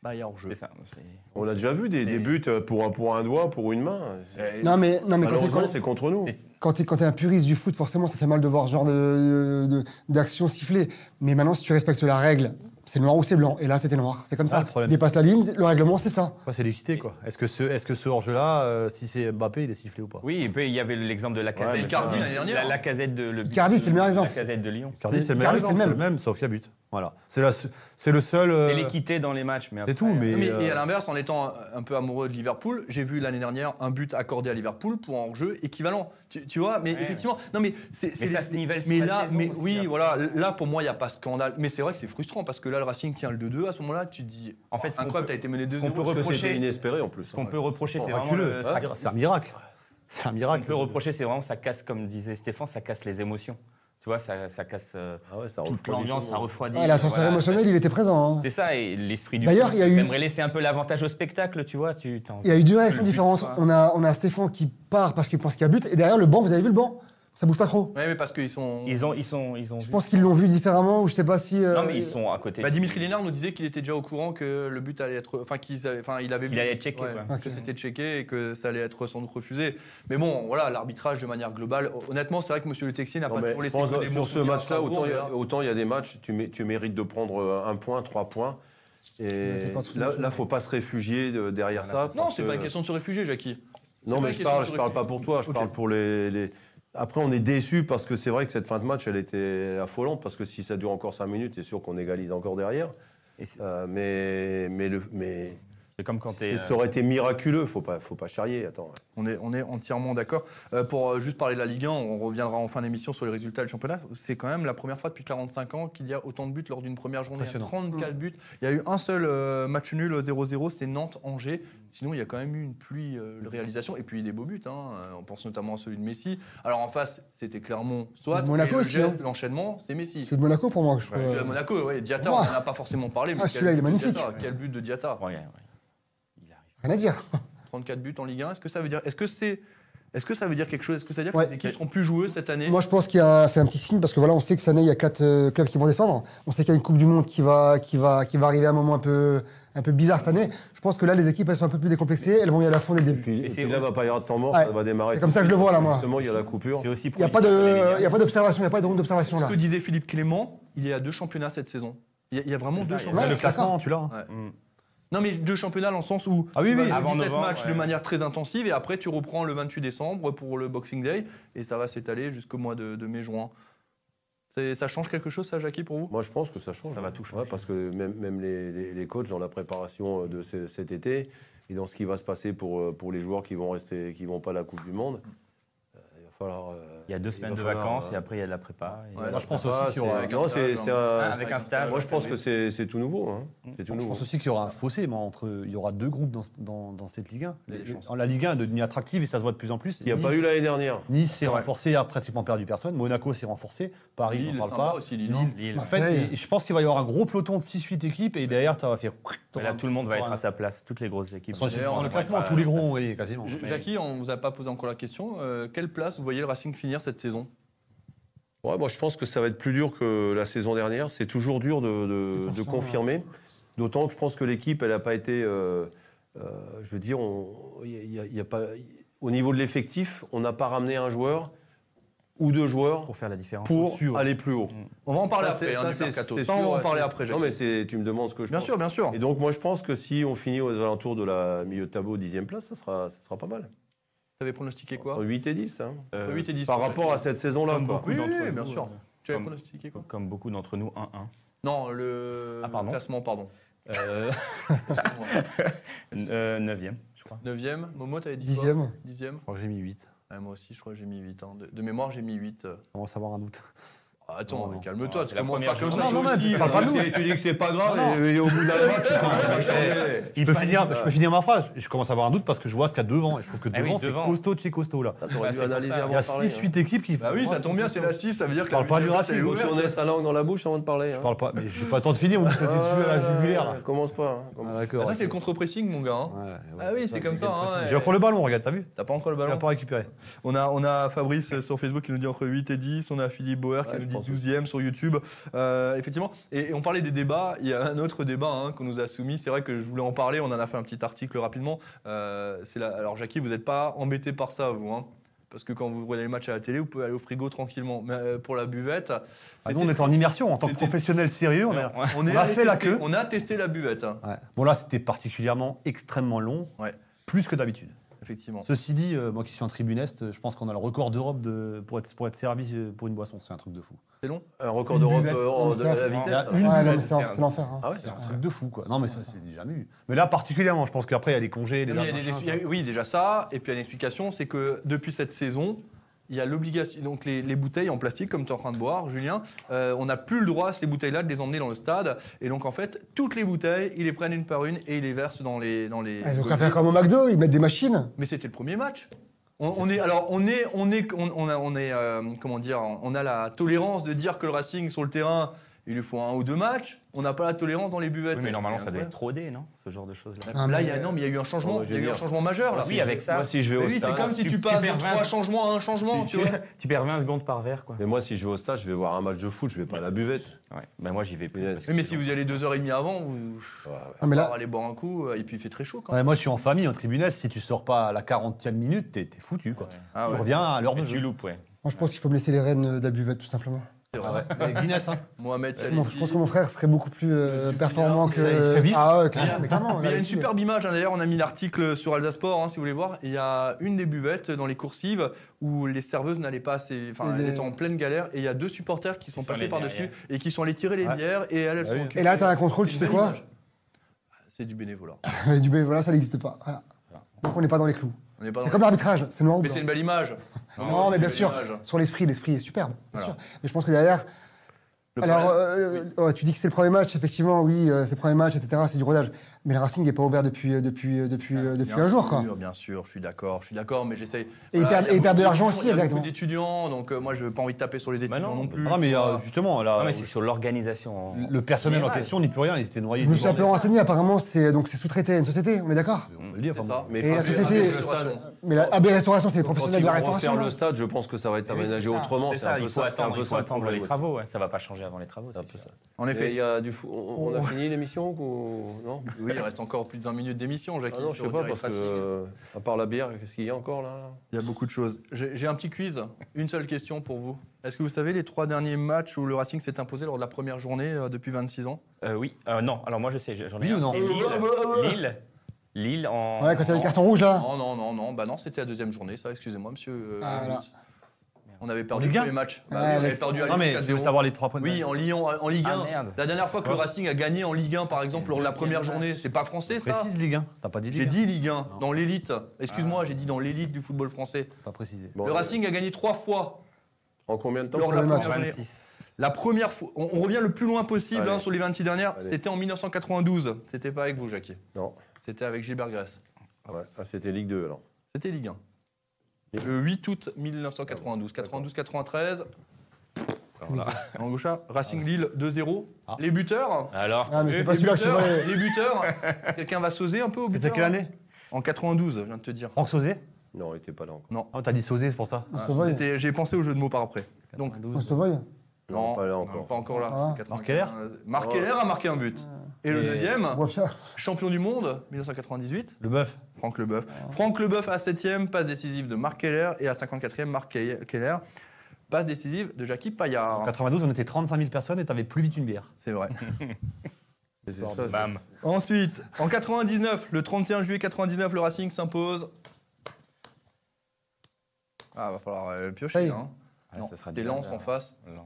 bah, il y a hors-jeu.
C'est ça. c'est-
On a déjà vu des, des buts euh, pour un, pour un doigt, pour une main.
Non, mais, non, mais quand t'es-
Malheureusement
quand-
c'est contre nous.
c'est-
quand t'es quand t'es un puriste du foot, forcément, ça fait mal de voir ce genre de- de- d'action sifflée. Mais maintenant, si tu respectes la règle, c'est noir ou c'est blanc. Et là, c'était noir. C'est comme
Ah,
ça.
le problème,
Dépasse la ligne, le règlement, c'est ça.
Après, c'est l'équité, quoi. Est-ce que ce, est-ce que ce hors-jeu-là, euh, si c'est Mbappé, il est sifflé ou pas
Oui, et puis il y avait l'exemple de la
Ouais,
casette.
mais Icardi,
l'année dernière.
La, la casette de le but
Icardi, c'est le meilleur
de-
exemple.
La casette de Lyon.
Icardi, c'est le meilleur
Icardi, c'est le
exemple, c'est le
même.
même, sauf qu'il y a but. Voilà. C'est, la se- c'est le seul. euh,
C'est l'équité dans les matchs. mais
c'est
après,
tout, mais-
Mais-
euh,
et à l'inverse, en étant un, un peu amoureux de Liverpool, j'ai vu l'année dernière un but accordé à Liverpool pour un jeu équivalent. Tu, tu vois, mais
Ouais,
effectivement, non mais c'est c'est
ça
les-
se nivelle sur
Mais
la
là,
saison
mais
aussi, hein.
oui,
après.
voilà, là pour moi il n'y a pas scandale. Mais c'est vrai que c'est frustrant parce que là le Racing tient le 2-2 à ce moment-là, tu te dis
En fait, ce qu'on
incroyable,
peut-
t'as été mené 2-0.
qu'on peut
Parce que
reprocher-
c'était inespéré en plus.
Ce qu'on peut reprocher, c'est vraiment
miraculeux.
le,
C'est un- c'est un miracle. C'est un
On
miracle.
peut reprocher, c'est vraiment ça casse, comme disait Stéphane, ça casse les émotions. Tu vois, ça, ça casse euh,
Ah ouais, ça
toute
refroidit
l'ambiance,
tout
ça
le monde.
refroidit. euh,
Ouais, L'ascenseur
Voilà.
émotionnel, il était présent. hein.
C'est ça, et l'esprit du.
D'ailleurs,
foot,
il y a
tu
eu-
aimerais laisser un peu l'avantage au spectacle, tu vois. Tu, t'as envie-
Il y a eu deux réactions
Le but,
différentes.
quoi.
On a, on a Stéphane qui part parce qu'il pense qu'il y a but. Et derrière, le banc, vous avez vu le banc Ça bouge pas trop.
Ouais, mais parce qu'ils sont.
Ils ont, ils sont, ils ont.
Je
vu.
pense qu'ils l'ont vu différemment ou je sais pas si. euh,
Non, mais ils sont à côté.
Bah, Dimitri Lénard nous disait qu'il était déjà au courant que le but allait être. Enfin, qu'ils avaient- enfin, il avait.
Il allait checker, quoi.
Que c'était checké et que ça allait être sans doute refusé. Mais bon, voilà, l'arbitrage de manière globale. Honnêtement, c'est vrai que Monsieur Le Texier n'a
Non,
pas
mais
toujours laissé.
pense-
que des bons
sur ce
souvenirs à
match-là,
Strasbourg,
autant il y a-
mais là-
autant il y a des matchs, tu, mé- tu mérites de prendre euh, un point, trois points.
t'es
Et
pas sous-
là, il faut pas se réfugier de- derrière ça.
Non,
parce
c'est pas une
que-
question de se réfugier, Jackie.
Non,
C'est pas
mais
une
je
question
parle,
de
je parle
recul.
pas pour toi, je
Ok.
parle pour les, les- Après, on est déçu parce que c'est vrai que cette fin de match, elle était affolante, parce que si ça dure encore 5 minutes, c'est sûr qu'on égalise encore derrière.
Et c'est
Euh, mais mais, le, mais
c'est euh, comme quand t'es.
c'est- ça aurait été miraculeux, faut pas, faut pas charrier, attends.
On est, on est entièrement d'accord. Euh, pour euh, juste parler de la Ligue 1, on reviendra en fin d'émission sur les résultats du championnat. C'est quand même la première fois depuis 45 ans qu'il y a autant de buts lors d'une première journée. Il y a
Impressionnant.
34
Mm.
buts. Il y a eu un seul euh, match nul 0-0, c'était Nantes-Angers. Sinon, il y a quand même eu une pluie euh, de réalisations. Et puis, des beaux buts. hein. Euh, On pense notamment à celui de Messi. Alors, en face, c'était Clermont, soit.
Et Monaco
mais le
aussi,
geste,
hein.
L'enchaînement, c'est Messi.
C'est de Monaco pour moi, je Euh,
Ouais,
crois.
Celui à Monaco, ouais, Diatta,
Ouah.
on n'en a pas forcément parlé. Mais
Ah,
quel
celui-là, il est
but de
magnifique.
Diatta, Quel but de Diatta
euh, Ouais, ouais, ouais. Il arrive.
Rien à dire.
34 buts en Ligue 1. Est-ce que ça veut dire est-ce que c'est est-ce que ça veut dire quelque chose Est-ce que ça veut dire
Ouais.
que les équipes seront plus joueuses cette année
Moi, je pense qu'il y a, c'est un petit signe parce que voilà, on sait que cette année, il y a quatre euh, clubs qui vont descendre. On sait qu'il y a une Coupe du Monde qui va, qui va, qui va arriver à un moment un peu, un peu bizarre cette année. Je pense que là, les équipes, elles sont un peu plus décomplexées, elles vont y aller à fond dès le
Et
début.
puis, et
c'est
puis là, il
vrai,
va pas y avoir de temps mort,
Ouais.
ça va démarrer.
C'est comme ça que je le vois, là, moi.
Justement, il y a la coupure.
C'est aussi
Il n'y a pas de- il y a pas d'observation, il n'y a pas de route d'observation
Ce
là.
que disait Philippe Clément, il y a deux championnats cette saison. Il y a, il y a vraiment
C'est
deux
ça, il y a-
championnats.
Ouais,
le
je suis d'accord.
classement, tu l'as. hein.
Mm.
Non, mais deux championnats dans le sens où
Ah
tu
oui, oui.
vas jouer
Avant
17
novembre,
matchs de
ouais.
manière très intensive et après tu reprends le 28 décembre pour le Boxing Day et ça va s'étaler jusqu'au mois de, de mai-juin. C'est- Ça change quelque chose, ça, Jackie, pour vous
Moi, je pense que ça change.
Ça va
hein.
tout changer.
Ouais, parce que même, même les, les- les coachs, dans la préparation euh, de ce- cet été, et dans ce qui va se passer pour, euh, pour les joueurs qui vont rester, qui vont pas à la Coupe du Monde, euh, il va falloir. euh,
Il y a deux
il
semaines
va
de
falloir,
vacances
euh,
et après il y a de la prépa. Et
Ouais,
voilà.
Moi, je pense
Ah,
aussi
c'est-
qu'il y aura.
avec un
non,
stage,
c'est-
hein.
c'est un-
Ah, avec un stage, Mm.
Moi, je pense que
oui.
c'est c'est tout nouveau. hein. C'est tout
Je
nouveau.
pense aussi qu'il y aura un fossé moi, entre. Il y aura deux groupes dans, dans- dans cette Ligue 1.
Les chances.
la Ligue 1 est devenue attractive et ça se voit de plus en plus.
Il n'y a
Nice-
pas eu l'année dernière.
Nice s'est
Ouais.
renforcé, a pratiquement perdu personne. Monaco s'est renforcé. Paris,
Lille,
on
sympa
parle pas.
aussi, Lille, hein.
Lille.
En fait,
Marseille.
et- je pense qu'il va y avoir un gros peloton de 6-8 équipes et derrière, tu vas faire.
Mais là, tout le monde va être
t'auras-
à sa place, toutes les grosses équipes. euh,
Sans-
D'ailleurs,
dans
on
le
va
classement,
être à-
tous les gros ont gagné quasiment.
J-
mais-
Jackie, on vous a pas posé encore la question. euh, quelle place vous voyez le Racing finir cette saison
Ouais, moi, je pense que ça va être plus dur que la saison dernière. C'est toujours dur de, de- de
confirmer.
confirmer. D'autant que je pense que l'équipe, elle n'a pas été. euh, euh, je veux dire, on- il y a- il y a- il y a pas, au niveau de l'effectif, on n'a pas ramené un joueur ou deux joueurs
Pour faire la différence.
pour
au-dessus, ouais.
aller plus haut.
On va en parler
Ça, c'est-
après, hein,
ça,
du
c'est-
mercato.
c'est
Ça,
sûr,
on va en
ouais,
parler
c'est-
après, Jackie.
Non, mais c'est- tu me demandes ce que je
bien
pense.
sûr, bien sûr.
Et donc, moi, je pense que si on finit aux alentours de la milieu de tableau, dixième place, ça sera, ça sera pas mal.
Vous avez pronostiqué
Entre
quoi
8 et 10. hein.
Euh,
Entre 8 et 10
Par
pour
rapport à
Jackie.
cette saison-là.
Comme
quoi.
beaucoup
Oui,
d'entre
oui,
nous,
bien
euh,
sûr. Tu avais
comme-
pronostiqué quoi
Comme beaucoup d'entre nous, 1-1.
Non, le
Ah, pardon.
classement, pardon.
Euh,
Excuse-moi.
euh, Neuvième, je crois.
Neuvième, Momo, t'avais dit quoi
Dixième.
Dixième
Je crois que j'ai mis 8.
Ouais, Moi aussi, je crois que j'ai mis 8. De, de mémoire, j'ai mis 8.
Commence à avoir un doute.
Attends,
Non, non.
calme-toi,
Ah,
tu
c'est la
commences
première
pas comme ça.
journée.
toi
Non, non, non,
aussi,
tu parles
euh,
pas de nous.
Si tu dis que c'est pas grave,
Non,
et, et au bout d'un match, ça commence à changer.
Je peux, finir, je peux finir ma phrase. Je commence à avoir un doute parce que je vois ce qu'il y a devant. Et je trouve que
Eh
Ah oui,
devant, c'est
devant.
costaud de chez costaud. là.
Ça, t'aurais
Bah,
dû
c'est pour
analyser
ça.
avant
Il y a
de parler,
6-8 équipes qui
Bah oui, ça tombe bien, c'est la 6, ça veut dire que.
parle
la
pas
huitième
du
place, elle est
Racing,
Il faut
ouverte.
tourner sa langue dans la bouche avant de parler.
Je parle pas, mais j'ai pas le temps de finir, mon côté dessus à la jugulaire. là.
Commence pas. hein,
Ah,
commence
D'accord.
Ça, c'est le contre-pressing, mon gars. hein.
Ouais, ouais,
Ah oui, c'est comme ça. hein,
J'ai
ouais.
encore le ballon, regarde, t'as vu
T'as pas encore le
Je l'ai
ballon Ah,
pas récupéré.
on a, on a Fabrice euh, sur Facebook qui nous dit entre 8 et 10. On a Philippe Bauer qui
Ouais,
nous
je
dit
pense
12e sur YouTube. Euh, effectivement. Et, et on parlait des débats. Il y a un autre débat hein, qu'on nous a soumis. C'est vrai que je voulais en parler. On en a fait un petit article rapidement. Euh, c'est la- Alors, Jackie, vous n'êtes pas embêté par ça, vous hein parce que quand vous regardez les matchs à la télé, vous pouvez aller au frigo tranquillement. Mais euh, pour la buvette,
Ah, nous, on était en immersion en tant que
C'était-
professionnel
Oh,
sérieux. On a...
on est
a
allé
fait la
tester-
queue.
On a testé la buvette, hein,
Ouais. Bon, là, c'était particulièrement extrêmement long,
Ouais.
plus que d'habitude.
effectivement.
Ceci dit, euh, moi qui suis un tribune est, euh, je pense qu'on a le record d'Europe de, pour, être, pour être servi euh, pour une boisson. C'est un truc de fou.
C'est long.
pas. Un record d'Europe
Une
euh, en-
buvette,
de la
une
hein.
vitesse.
Une
Ouais, non,
buvette,
mais c'est c'est l'enfer. hein.
Ah ouais
C'est un truc de fou, quoi. Non, mais ça, c'est jamais eu. Mais là, particulièrement, je pense qu'après, il y a les congés, les
Non, mais il y a
machins,
des expli- il y a- oui, déjà ça. Et puis il y a une explication, c'est que depuis cette saison, il y a l'obligation. Donc les, les bouteilles en plastique, comme tu es en train de boire, Julien, euh, on n'a plus le droit, ces bouteilles-là, de les emmener dans le stade. Et donc en fait, toutes les bouteilles, ils les prennent une par une et ils les versent dans les. Dans les
Ah, Ils ont qu'à faire comme au McDo, ils mettent des machines.
Mais c'était le premier match. On, on est alors on est on est on, on a on est euh, comment dire on a la tolérance de dire que le Racing sur le terrain il lui faut un ou deux matchs. On n'a pas la tolérance dans les buvettes.
Oui, mais normalement, ça Oh, bah,
doit
devait être rodé, non Ce genre de choses-là. Ah,
Ah,
Là,
mais-
il y a, non, mais il y a eu un changement,
Non, mais
il
je
y a
veux
eu un
dire-
changement majeur. là.
Oui, avec ça.
Moi, Ah, si je vais
Mais
au
oui, c'est
stade.
comme si
tu-
tu
tu
passes de
perds
3
vingt-
changements à un
Ah,
changement, tu,
Tu,
vois.
tu perds 20 secondes par verre, quoi.
Mais moi, si je vais au stade, je vais voir un match de foot, je vais pas à la buvette.
Ouais. Ben, moi, j'y vais plus.
Punaise.
parce que
Oui, mais si vous y allez 2h30 avant, vous
Non, mais
Oh,
allez
là,
aller boire un coup, euh, et puis il fait très chaud quand
Ouais,
même.
moi, je suis en famille, en tribune Si tu sors pas à la 40e minute, t'es t'es foutu. Quoi.
Ah
tu
ouais,
reviens à l'heure de
Mais
jeu.
tu loupes, ouais.
moi, je pense qu'il faut me laisser les rênes de la buvette, tout simplement.
c'est
Ah
vrai.
ouais. Mais Guinness, hein.
Mohamed
Mon-
Salih.
je pense que mon frère serait beaucoup plus euh,
Du-
performant
du-
que.
il serait vif.
Ah ouais,
Mais il y a-
clairement. mais clairement,
mais il y a
là,
une
il-
superbe image, hein. d'ailleurs on a mis l'article sur Alsace Sport hein, si vous voulez voir, il y a une des buvettes dans les coursives où les serveuses n'allaient pas assez, enfin
Et
elles
les-
étaient en pleine galère et il y a deux supporters qui sont
sont
passés
allés
par-dessus
derrière.
et qui sont allés tirer les
Ouais.
bières et elles, elles
Bah
sont
oui.
occupées.
Et là, t'as un contrôle,
C'est
tu
une
sais
belle
quoi
image. Ah, C'est du bénévolat.
Du bénévolat, ça n'existe pas. Voilà. Donc on n'est pas dans les clous.
On n'est pas dans
C'est comme l'arbitrage, c'est noir ou
Mais
blanc.
c'est une belle image.
Non,
c'est
mais
une
bien
belle
sûr,
image.
sur l'esprit, l'esprit est superbe, bien
Voilà.
sûr. Mais je pense que derrière.
Le
alors,
problème-
euh, ouais, tu dis que c'est le premier match, effectivement, oui, euh, c'est le premier match, etc., c'est du rodage. Mais le Racing n'est pas ouvert depuis, euh, depuis, euh, depuis, euh, depuis
Bien
un jour, quoi.
sûr, Bien sûr, je suis d'accord, je suis d'accord, mais j'essaye.
ils perdent-
il y a
et ils perdent de
beaucoup
l'argent
d'étudiants,
aussi,
Il y a
exactement.
beaucoup d'étudiants, donc euh, moi je veux pas envie de taper sur les étudiants Bah non,
non,
plus.
Ah non, mais il y a,
Voilà.
justement, là,
Ah,
euh,
Non, mais c'est sur l'organisation. hein.
le personnel en
Général.
question n'y peut rien. Ils étaient noyés.
Je me suis un
dedans.
euh, peu renseigné, apparemment, c'est donc c'est sous-traité à une société, on est d'accord
Mm.
peut le dire.
C'est
enfin,
ça.
bon.
Mais
Et la
Fabien,
société-
avec le stade,
Mais la, ah, mais la restauration, c'est les
quand
professionnels
ils
de la
vont refaire
restauration.
le stade, je pense que ça va être
Oui,
aménagé
c'est ça.
autrement. C'est un peu
il faut
ça. c'est un
attendre,
peu
il faut
ça le
attendre les
problème aussi.
travaux. ouais. Ça va pas changer avant les travaux.
C'est un
c'est
peu
sûr.
ça.
En
Et
effet.
il y a du fou- On, on a
Oh.
fini l'émission ou non
Oui, il reste encore plus de 20 minutes d'émission, Jacques.
Ah non, je sais pas parce que euh, à part la bière, qu'est-ce qu'il y a encore là
Il y a beaucoup de choses. J'ai j'ai un petit quiz, une seule question pour vous. Est-ce que vous savez les trois derniers matchs où le Racing s'est imposé lors de la première journée euh, depuis 26 ans
Euh, oui, Euh, non. Alors moi je sais, j'en ai
Oui
un.
ou non
C'est Lille. Lille. Lille en.
Ouais, quand il y a
Non.
les cartons rouges, là.
Non, non, non, non. Bah non, c'était la deuxième journée, ça. Excusez-moi, monsieur. euh,
Ah, voilà.
Lutz. On avait perdu
Ligue un
tous les matchs. Bah
Ah,
oui, on avait
mais-
perdu à
Non,
Lyon
mais je
4-0.
veux savoir les trois points. de
Oui,
match.
en, Lyon, en Ligue 1.
Ah, merde.
la dernière fois que le Racing a gagné en Ligue 1, par exemple, lors de la
deuxième
première
match.
journée, c'est pas français, ça
Précise Ligue 1. T'as pas dit Ligue
J'ai
1.
dit Ligue 1,
Non.
dans l'élite. Excuse-moi, j'ai dit dans l'élite du football français.
Pas précisé.
Bon,
le
euh,
Racing a gagné trois fois
En combien de temps
lors de la
premier
première
match.
journée.
26.
La première fois, on, on revient le plus loin possible
Allez.
hein, sur les 26 dernières,
Allez.
c'était en 1992. C'était pas avec vous, Jackie.
Non.
C'était avec Gilbert Grèce.
Ouais. Ah, c'était Ligue 2 alors.
C'était Ligue 1.
Et-
Le 8 août 1992. 92-93. Angoucha, Racing Lille 2-0.
Ah.
Les buteurs.
Alors.
Ah, mais
les,
c'était pas
les
celui-là que je
buteurs,
voyais.
les buteurs. Quelqu'un va sauser un peu au
C'était
buteur
quelle
hein
année
En 92, je viens de te
Ah,
dire.
Franck Sauzé
Non, il était pas là encore.
Oh.
Ah, t'as dit Sauzé, c'est pour ça.
On se
Ah,
voit,
c'était- J'ai pensé au jeu de mots par après. Donc,
On se voit.
Non,
pas là
Non,
encore.
pas encore là.
Ah.
c'est 95.
Marc Keller Oh.
Marc Keller a marqué un but. Et le
Et-
deuxième,
On voit ça.
champion du monde, 1998,
Le bœuf.
Franck Leboeuf.
Ah.
Franck Leboeuf à 7ème, passe décisive de Marc Keller. Et à 54ème, Marc Ke- Keller, passe décisive de Jackie
En
Payard.
92, on était 35 000 personnes et t'avais plus vite une bière.
C'est vrai.
C'était ça, c'est-
Bam.
Ensuite, en 99, le 31 juillet 99, le Racing s'impose. Ah, va falloir euh,
Ça y
piocher.
est.
Hein.
Ah,
Non,
ça sera
des
bizarre,
lances
ça.
en face.
Lens.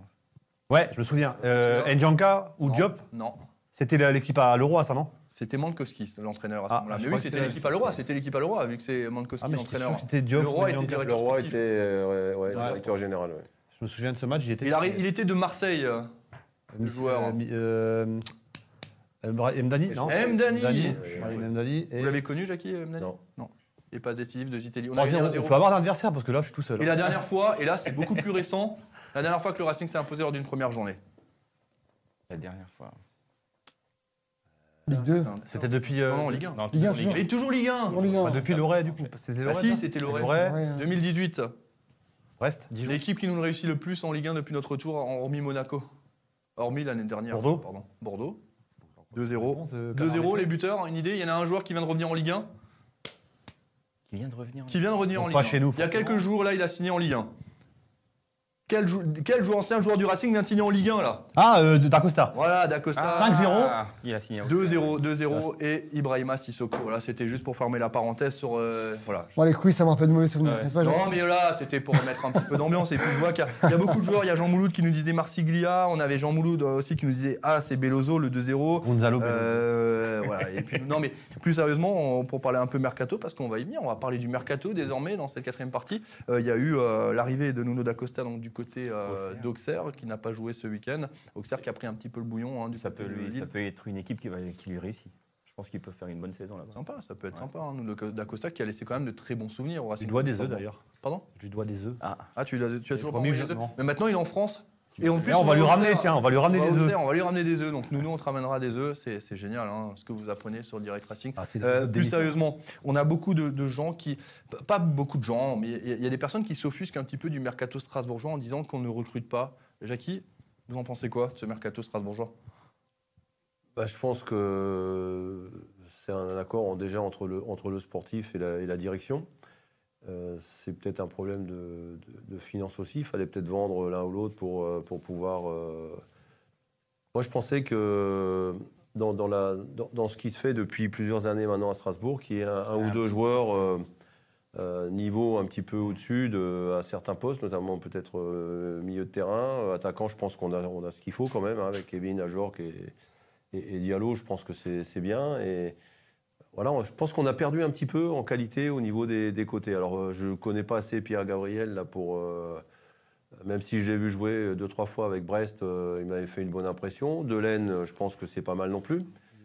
Ouais, je me souviens. Euh, Ndjanka ou
Non,
Diop,
Non.
c'était la- l'équipe à l'Euro, ça, non
C'était Mankowski, l'entraîneur à ce
Ah,
moment-là.
je
Mais
crois
oui,
que
c'était
c'est-
l'équipe à Leroy. C'était l'équipe à Leroy, vu que c'est Mankowski
Ah, mais j'étais sûr
l'entraîneur.
que c'était Diop.
Le roi
ou
était
Ndjanka.
directeur
Le roi
sportif.
était euh, ouais, ouais,
Ouais.
directeur général. ouais.
Je me souviens de ce match, j'y étais.
Il, arri- il était de Marseille.
Euh,
joueur. hein.
euh, euh, euh, Bra- Mdani, non
Mdani.
Mdani.
Ouais,
Ouais,
ouais.
Mdani. Et-
Vous l'avez connu, Jackie euh, Mdani
Non.
Et pas décisif de Zitelli. On a
Bon,
gagné
on-
1-0.
on peut avoir un adversaire parce que là, je suis tout seul.
Et la dernière fois, et là c'est beaucoup plus récent, la dernière fois que le Racing s'est imposé lors d'une première journée.
La dernière fois.
Ligue 2.
C'était depuis. euh,
Hein. Non, non, Ligue 1.
Non,
Ligue un,
Ligue
toujours.
Mais toujours Ligue 1
Pour Ligue
enfin,
1.
depuis Loret, du coup. C'était
Ah
Loret.
si,
ça
c'était Loret.
Loret,
Ouais, hein.
2018,
Brest, Dijon.
l'équipe qui nous réussit le plus en Ligue 1 depuis notre retour, hormis Monaco. Hormis l'année dernière.
Bordeaux.
Pardon. Bordeaux. 2-0.
Euh,
2-0, les
Canard-Messin.
buteurs, une idée. Il y en a un joueur qui vient de revenir en Ligue 1.
Qui vient de revenir en
Qui vient de revenir
Donc
en Ligue
pas
1.
chez nous,
Il y a
forcément.
quelques jours, là, il a signé en Ligue 1. Quel, jou- quel joueur, ancien joueur du Racing vient de signer en Ligue 1, là
Ah, euh, D'Acosta.
Voilà, Dacosta.
Ah,
5-0.
Il a signé.
2-0, 2-0 et Ibrahima Sissoko. Voilà, c'était juste pour fermer la parenthèse sur. euh, voilà.
Bon, les quiz, ça me rappelle de mauvais souvenirs.
Ouais.
n'est-ce pas, Jean
Non, mais là, c'était pour mettre un petit peu d'ambiance. Et puis, je vois qu'il y, a- il y a beaucoup de joueurs. Il y a Jean Mouloud qui nous disait Marsiglia. On avait Jean Mouloud euh, aussi qui nous disait Ah, c'est Belloso, le 2-0.
Gonzalo. Benazer.
Euh, voilà. Et puis, non, mais plus sérieusement, on- pour parler un peu mercato, parce qu'on va y venir, on va parler du mercato désormais dans cette quatrième partie. Euh, Il y a eu euh, l'arrivée de Nuno da Costa donc, du côté euh,
Auxerre.
d'Auxerre, qui n'a pas joué ce week-end. Auxerre qui a pris un petit peu le bouillon hein, du
Ça
côté
peut,
de
lui,
Lille.
ça peut être une équipe qui, va, qui lui réussit. Je pense qu'il peut faire une bonne saison là-bas.
Sympa, ça peut être sympa. Hein, Nuno da Costa qui a laissé quand même de très bons souvenirs au
Je
Racing.
lui dois des œufs d'ailleurs.
Pardon
Je lui dois des œufs.
Ah,
Ah, tu, l'as- tu as toujours pas
promis
envoyé
que je-
les œufs
non.
Mais maintenant, il est en France. Et en plus,
Là, Eh, on va lui
va au
ramener,
Auxerre.
tiens, on va lui
On
ramener
va,
des
au
œufs.
Auxerre, on va lui ramener des œufs. Donc, Nuno, on te ramènera des œufs. C'est c'est génial hein, ce que vous apprenez sur le Direct Racing.
Ah, c'est
Euh, plus
délicieux.
sérieusement, on a beaucoup de, de gens qui, p- pas beaucoup de gens, mais il y a- il y, a des personnes qui s'offusquent un petit peu du mercato strasbourgeois en disant qu'on ne recrute pas. Jackie, vous en pensez quoi de ce mercato strasbourgeois
Bah, je pense que c'est un accord en- déjà entre le, entre le sportif et la, et la direction. Euh, c'est peut-être un problème de, de- de finance aussi. Il fallait peut-être vendre l'un ou l'autre pour, euh, pour pouvoir. euh, Moi, je pensais que dans, dans la, dans, dans ce qui se fait depuis plusieurs années maintenant à Strasbourg, qu'il y ait un, un ou deux joueurs euh, euh, niveau un petit peu au-dessus de, à certains postes, notamment peut-être euh, milieu de terrain. Euh, Attaquant, je pense qu'on a, on a ce qu'il faut quand même, hein, avec Kevin Ajorc et, et, et Diallo, je pense que c'est c'est bien. Et voilà, on- je pense qu'on a perdu un petit peu en qualité au niveau des, des côtés. Alors, euh, je ne connais pas assez Pierre Gabriel là pour. euh, même si je l'ai vu jouer euh, deux, trois fois avec Brest, euh, il m'avait fait une bonne impression. Delaine, euh, je pense que c'est pas mal non plus.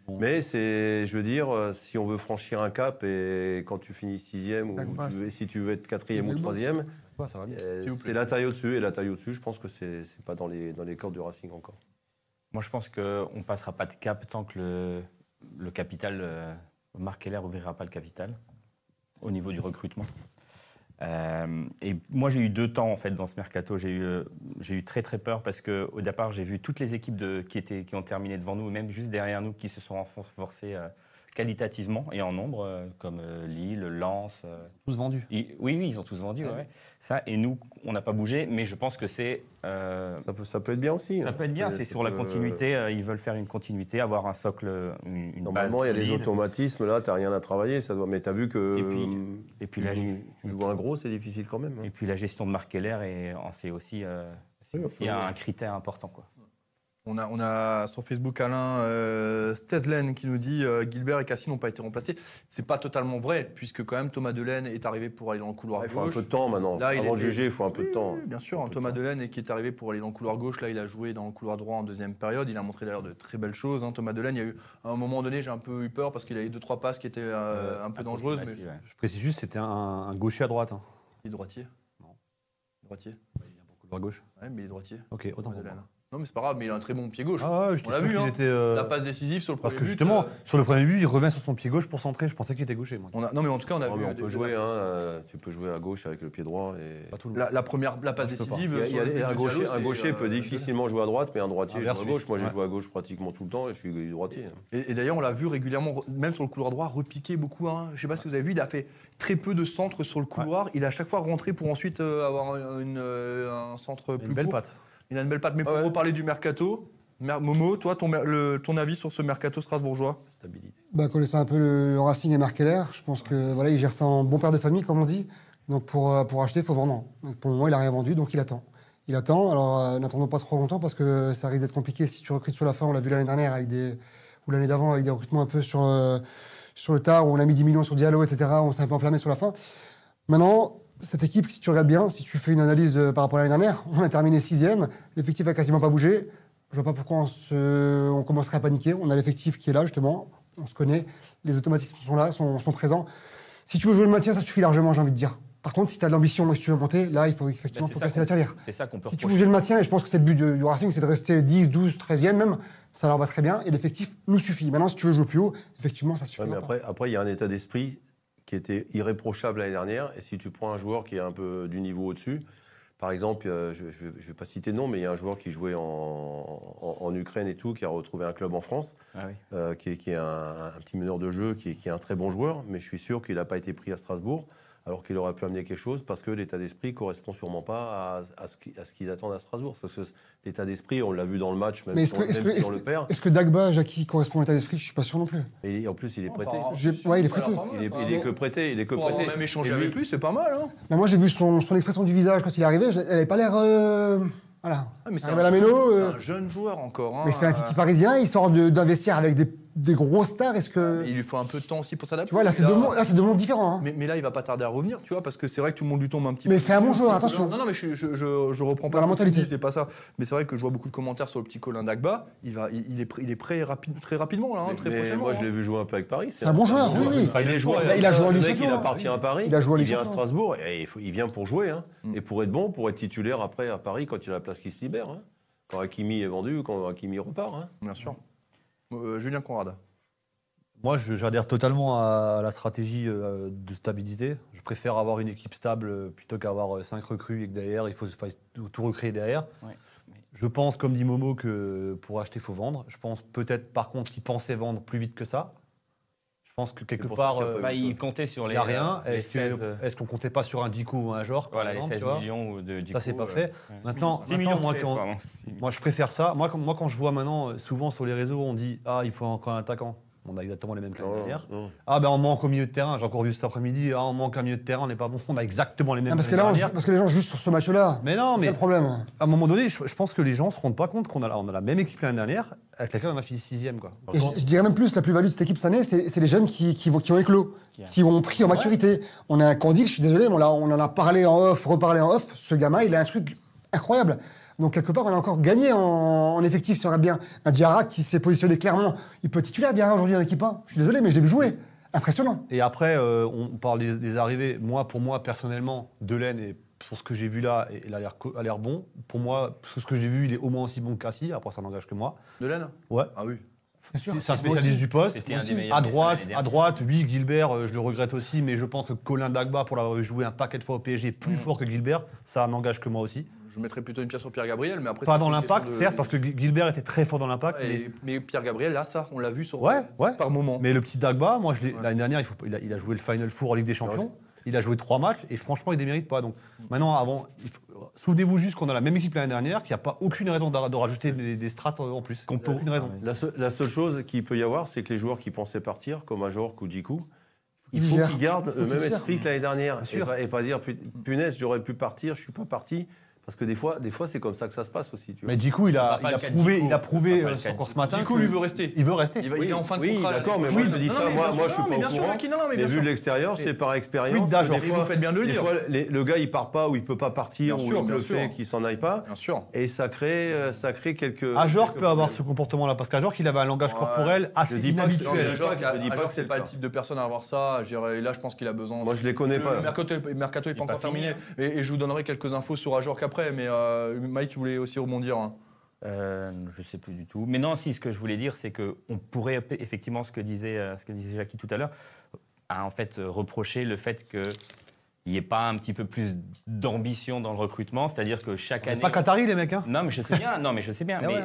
Mais c'est, je veux dire, euh, si on veut franchir un cap et quand tu finis sixième ou
Ça
tu
passe.
veux- si tu veux être quatrième
Il
ou
le bosse.
troisième,
Ouais, ça va bien.
euh,
S'il vous plaît.
c'est la taille au-dessus. Et la taille au-dessus, je pense que c'est c'est pas dans les, dans les cordes du Racing encore.
Moi, je pense qu'on ne passera pas de cap tant que le, le capital euh, Marc Keller ouvrira pas le capital au niveau du recrutement. Euh, et moi, j'ai eu deux temps en fait dans ce mercato. J'ai eu, euh, j'ai eu très très peur parce que au départ, j'ai vu toutes les équipes de, qui étaient, qui ont terminé devant nous, et même juste derrière nous, qui se sont renforcées euh, qualitativement et en nombre, euh, comme euh, Lille, Lens. euh,
Tous vendus.
et- oui, oui, ils ont tous vendu. ouais. Ça et nous, on n'a pas bougé, mais je pense que c'est euh,
Ça peut, ça peut être bien aussi.
ça
hein.
peut être bien, c'est
ça
sur la
peut-
continuité. euh, Ils veulent faire une continuité, avoir un socle, une, une base.
Normalement, il y a les
solide.
automatismes, là, tu n'as rien à travailler. Ça doit... Mais tu as vu que. euh,
Et puis- Et puis
tu,
la,
joues, tu joues un gros, c'est difficile quand même. hein.
et puis la gestion de Marc Keller, et en- c'est aussi, euh, c'est
Oui,
aussi
absolument.
un critère important, quoi.
On a, on a sur Facebook Alain euh, Steslen qui nous dit euh, Gilbert et Cassie n'ont pas été remplacés. C'est pas totalement vrai, puisque quand même Thomas Delaine est arrivé pour aller dans le couloir
Il faut un
gauche.
peu de temps maintenant.
Là, il
Avant de
était-
juger, il faut un peu de
Oui,
temps.
oui, bien sûr,
Un peu
hein,
de
Thomas
temps.
Delaine qui est arrivé pour aller dans le couloir gauche, là il a joué dans le couloir droit en deuxième période, il a montré d'ailleurs de très belles choses. hein, Thomas Delaine, il y a eu à un moment donné j'ai un peu eu peur parce qu'il a eu deux trois passes qui étaient euh, un peu dangereuses, mais
Approximative, Bah, ouais.
Je précise juste, c'était un, un gaucher à droite. hein.
il est droitier.
Non.
Droitier.
À gauche.
Ouais, mais il est droitier.
Ok, autant
Thomas
pour moi.
Delaine. Non mais c'est pas grave, mais il a un très bon pied gauche.
Ah ouais, je
On l'a
t'ai vu
vu,
qu'il
hein.
était. euh,
La passe décisive sur le
Parce
premier
que
but,
justement,
euh,
sur le premier but, il revient sur son pied gauche pour centrer. Je pensais qu'il était gaucher, moi.
on a- non mais en tout cas on a
Non,
vu
mais
euh,
on
des-
peut
des-
jouer, hein, euh, tu peux jouer à gauche avec le pied droit. Et...
Pas tout le monde.
La, la première, la passe
je peux pas.
décisive.
Il y a- il y a-
sur le but
un
de
gaucher,
Diallo,
un
c'est,
gaucher
euh,
peut difficilement jouer à droite, mais un
Ah,
droitier joue à
Inverse, oui.
gauche. Moi, j'ai
Ouais.
joué à gauche pratiquement tout le temps et je suis droitier.
Et, et d'ailleurs, on l'a vu régulièrement, re- même sur le couloir droit, repiquer beaucoup. hein. Je sais pas si vous avez vu, il a fait très peu de centres sur le couloir. Il a à chaque fois rentré pour ensuite euh, avoir une, euh, un centre plus
Une belle
court.
patte.
Il a une belle patte. Mais
Ah
pour
ouais.
reparler du mercato, Mer- Momo, toi, ton, mer- le- ton avis sur ce mercato strasbourgeois
Stabilité.
Bah, connaissant un peu le, le Racing et Markeller, je pense que voilà, il gère ça en bon père de famille, comme on dit. Donc pour, euh, pour acheter, il faut vendre. Donc, pour le moment, il n'a rien vendu, donc il attend. Il attend. Alors euh, n'attendons pas trop longtemps parce que ça risque d'être compliqué si tu recrutes sur la fin. On l'a vu l'année dernière avec des ou l'année d'avant avec des recrutements un peu sur euh, sur le tard où on a mis 10 millions sur Diallo, etc. On s'est un peu enflammé sur la fin. Maintenant, cette équipe, si tu regardes bien, si tu fais une analyse euh, par rapport à l'année dernière, on a terminé sixième. L'effectif a quasiment pas bougé. Je vois pas pourquoi on, se- on commencerait à paniquer. On a l'effectif qui est là justement. On se connaît. Les automatismes sont là, sont, sont présents. Si tu veux jouer le maintien, ça suffit largement, j'ai envie de dire. Par contre, si tu as de l'ambition et si tu veux monter, là, il faut effectivement
Bah, c'est
faut
ça
casser
qu'on-
la tirelire.
C'est ça qu'on peut
Si tu
reprocher.
veux jouer le maintien, et je pense que c'est le but du, du Racing, c'est de rester 10, 12, 13e même, ça leur va très bien et l'effectif nous suffit. Maintenant, si tu veux jouer plus haut, effectivement, ça suffit.
mais après, après, il y a un état d'esprit qui était irréprochable l'année dernière. Et si tu prends un joueur qui est un peu du niveau au-dessus, par exemple, euh, je ne vais, je vais pas citer de nom, mais il y a un joueur qui jouait en, en- en Ukraine et tout, qui a retrouvé un club en France,
Ah oui.
euh, qui, est, qui est un, un petit meneur de jeu, qui est, qui est un très bon joueur, mais je suis sûr qu'il n'a pas été pris à Strasbourg, alors qu'il aurait pu amener quelque chose, parce que l'état d'esprit correspond sûrement pas à, à ce qui- à ce qu'ils attendent à Strasbourg. Parce que l'état d'esprit, on l'a vu dans le match, même
Mais
si
est-ce
on
que- est-ce
même
que-
si on le perd.
Est-ce que Dagba, Jackie, correspond à l'état d'esprit Je suis pas sûr non plus.
Et en plus, il est
Oh,
prêté.
bah,
J'ai- ouais, il est prêté.
Il est, il est que prêté, il est que
Pour avoir
prêté.
même échangé
Et lui-
avec lui, c'est pas mal. Hein
Là, moi, j'ai vu son, son expression du visage quand il est arrivé, je- elle n'avait pas l'air. euh, voilà.
Ah, mais c'est
Arrivé
un-
à la méno.
c'est
euh,
un jeune joueur encore. hein.
mais c'est un Titi parisien, il sort de- d'un vestiaire avec des, des grosses stars. Est-ce que.
Il lui faut un peu de temps aussi pour s'adapter.
Tu vois, là, c'est
Mais
deux, mondes- là, c'est deux mondes différents. hein.
Mais, mais là, il va pas tarder à revenir, tu vois, parce que c'est vrai que tout le monde lui tombe un petit peu.
Mais c'est un bon
dessus,
joueur,
petit peu.
attention.
Non, non, mais je, je, je, je reprends pas
Dans la
ce que tu
mentalité.
dis, C'est pas ça. Mais c'est vrai que je vois beaucoup de commentaires sur le petit Colin Dagba. Il, va, il, il est, pr- il est prêt rapide, très rapidement, là, hein,
Mais-
très
mais
prochainement.
moi, je
hein.
l'ai vu jouer un peu avec Paris.
C'est un bon joueur, oui, oui.
Enfin, il est joueur.
Bah,
il a joué en
Le
Ligue
mec,
des
Il
Champions,
appartient
hein.
à Paris.
Il a joué en Ligue
vient à
des Champions.
Strasbourg. Et il, faut- il vient pour jouer. hein.
Mm.
Et pour être bon, pour être titulaire après à Paris quand il a la place qui se libère. hein. Quand Hakimi est vendu, quand Hakimi repart. hein.
Bien sûr. Euh, Julien Conrad.
Moi, je- j'adhère totalement à la stratégie euh, de stabilité. Je préfère avoir une équipe stable euh, plutôt qu'avoir 5 recrues et que derrière, il faut se fasse tout tout recréer derrière.
Ouais, mais-
Je pense, comme dit Momo, que pour acheter, il faut vendre. Je pense peut-être, par contre, qu'ils pensaient vendre plus vite que ça. Je pense que quelque
C'est pour ça
part,
qu'il y a
euh,
pas
Bah,
eu-
il
il comptait sur les,
n'y a rien.
euh, les
Est-ce que-
16, euh,
est-ce qu'on comptait pas sur un Dico ou un genre
voilà, les
par exemple,
16
tu vois
millions de du
Ça, c'est
coup,
pas
euh,
fait.
ouais.
Maintenant-
6 millions,
maintenant, moi,
16,
quand-
pardon. 6 millions.
Moi, je préfère ça. Moi, quand, moi, quand je vois maintenant, euh, souvent sur les réseaux, on dit Ah, il faut encore un attaquant. On a exactement les mêmes cas
Non,
Oh.
derrière.
non.
Ah ben on manque au milieu de terrain, j'ai encore vu cet après-midi, ah on manque un milieu de terrain, on n'est pas bon, on a exactement les mêmes
Ah, parce, que
l'année
là, on-
dernière.
parce que les gens juste sur ce match-là.
Mais non,
C'est
mais
le problème.
à un moment donné, je, je pense que les gens se rendent pas compte qu'on a, la- on a la même équipe l'année dernière, avec laquelle on a fini sixième quoi.
Et je, je dirais même plus, la plus-value de cette équipe cette année, c'est c'est les jeunes qui, qui, vont- qui ont éclos,
Qui a-
qui ont pris en maturité. On a un Candil, je suis désolé, mais on, l'a- on en a parlé en off, reparlé en off. Ce gamin, il a un truc incroyable. Donc, quelque part, on a encore gagné en, en effectif, si on regarde bien. Un Diarra qui s'est positionné clairement. Il peut titulaire Diarra aujourd'hui en équipe 1. Je suis désolé, mais je l'ai vu jouer. Impressionnant.
Et après, euh, on parle des, des arrivées. Moi, pour moi, personnellement, Delaine, et pour ce que j'ai vu là, et- il a l'air co- a l'air bon. Pour moi, sur ce que j'ai vu, il est au moins aussi bon que Cassie, après ça n'engage que moi.
De l'aine
Ouais.
Ah oui.
Bien sûr.
C'est un
Moi aussi.
spécialiste du poste.
C'était un
aussi.
des meilleurs
À
messieurs
droite,
l'année
à
dernière.
droite, oui, Gilbert, euh, je le regrette aussi, mais je pense que Colin Dagba, pour l'avoir joué un paquet de fois au PSG, plus
Mm.
fort que Gilbert, ça n'engage que moi aussi.
Je mettrais plutôt une pierre sur Pierre Gabriel, mais après.
Pas
ça,
dans
c'est une
l'impact,
question de-
certes, parce que Gu- Gilbert était très fort dans l'impact, mais,
Et- mais Pierre Gabriel, là, ça, on l'a vu sur.
Ouais, ouais.
Par moment.
mais le petit Dagba, moi, je l'ai-
Ouais.
l'année dernière, il, faut pas- il a, il a joué le Final Four en Ligue
Bah
des Champions. Il a joué trois matchs et franchement, il ne démérite pas. Donc maintenant, avant, il faut- souvenez-vous juste qu'on a la même équipe l'année dernière, qu'il n'y a pas aucune raison d'ar- de rajouter des, des strates euh, en plus.
Qu'on peut-
Aucune raison.
La, se- la seule chose qu'il peut y avoir, c'est que les joueurs qui pensaient partir, comme Ajorc ou Djikou, il
qu'ils
faut
gèrent.
qu'ils gardent
Faut
le même
qu'ils gèrent. Mm.
esprit que l'année dernière. Et
sûr.
pas, et pas dire, pu- punaise, j'aurais pu partir, je suis pas parti. Parce que des fois, des fois c'est comme ça que ça se passe aussi. Tu vois.
Mais du coup, il
sera
a,
pas
il
le
a
cas de
prouvé,
Djikou.
il a
Ça
prouvé
sera pas
euh,
le cas
sur
de
course
Djikou.
matin.
Du coup,
que-
lui veut rester.
Il veut rester.
Il, va- il est en fin de
oui,
contrat. là.
d'accord, mais moi,
Oui,
je dis
non,
ça,
non, mais
moi-
bien sûr,
moi, je suis
non,
pas
mais
au
bien sûr,
courant.
Jackie, non, non, mais
Mais
bien
vu
sûr.
de l'extérieur,
Et-
c'est par expérience.
Quid d'Ajorc
que
Et vous faites bien de le
des
dire.
fois, les- le gars, il part pas ou il peut pas partir
Bien
ou
sûr,
il
bien
le fait
sûr.
qu'il s'en aille pas.
Bien sûr.
Et ça crée, euh, ça crée quelques.
Ajorc
quelques
peut avoir
problèmes.
ce comportement-là, parce qu'Ajorc, il avait un langage
Ouais.
corporel assez
Je dis pas que c'est-
Non, mais
Habituel.
inhabituel.
Ajorc,
Je dis pas Bah,
Ajorc,
que
c'est
c'est
pas
le
le
cas.
type de personne à avoir ça. Je dirais, Et là, je pense qu'il a besoin.
Moi, je les connais
Le-
pas.
Le mercato, le mercato est
Il
pas
est
encore
pas fini,
terminé. Et, et je vous donnerai quelques infos sur Ajorc après. Mais euh, Mike, tu voulais aussi rebondir. hein.
Euh, je sais plus du tout. Mais non, si, ce que je voulais dire, c'est qu'on pourrait pe- effectivement, ce que disait, euh, ce que disait Jackie tout à l'heure, à en fait euh, reprocher le fait que il n'y ait pas un petit peu plus d'ambition dans le recrutement, c'est-à-dire que chaque
C'est
année.
Pas Qatari, les mecs. Hein.
Non, mais je sais bien. non, mais je sais bien.
Mais
Mais,
ouais.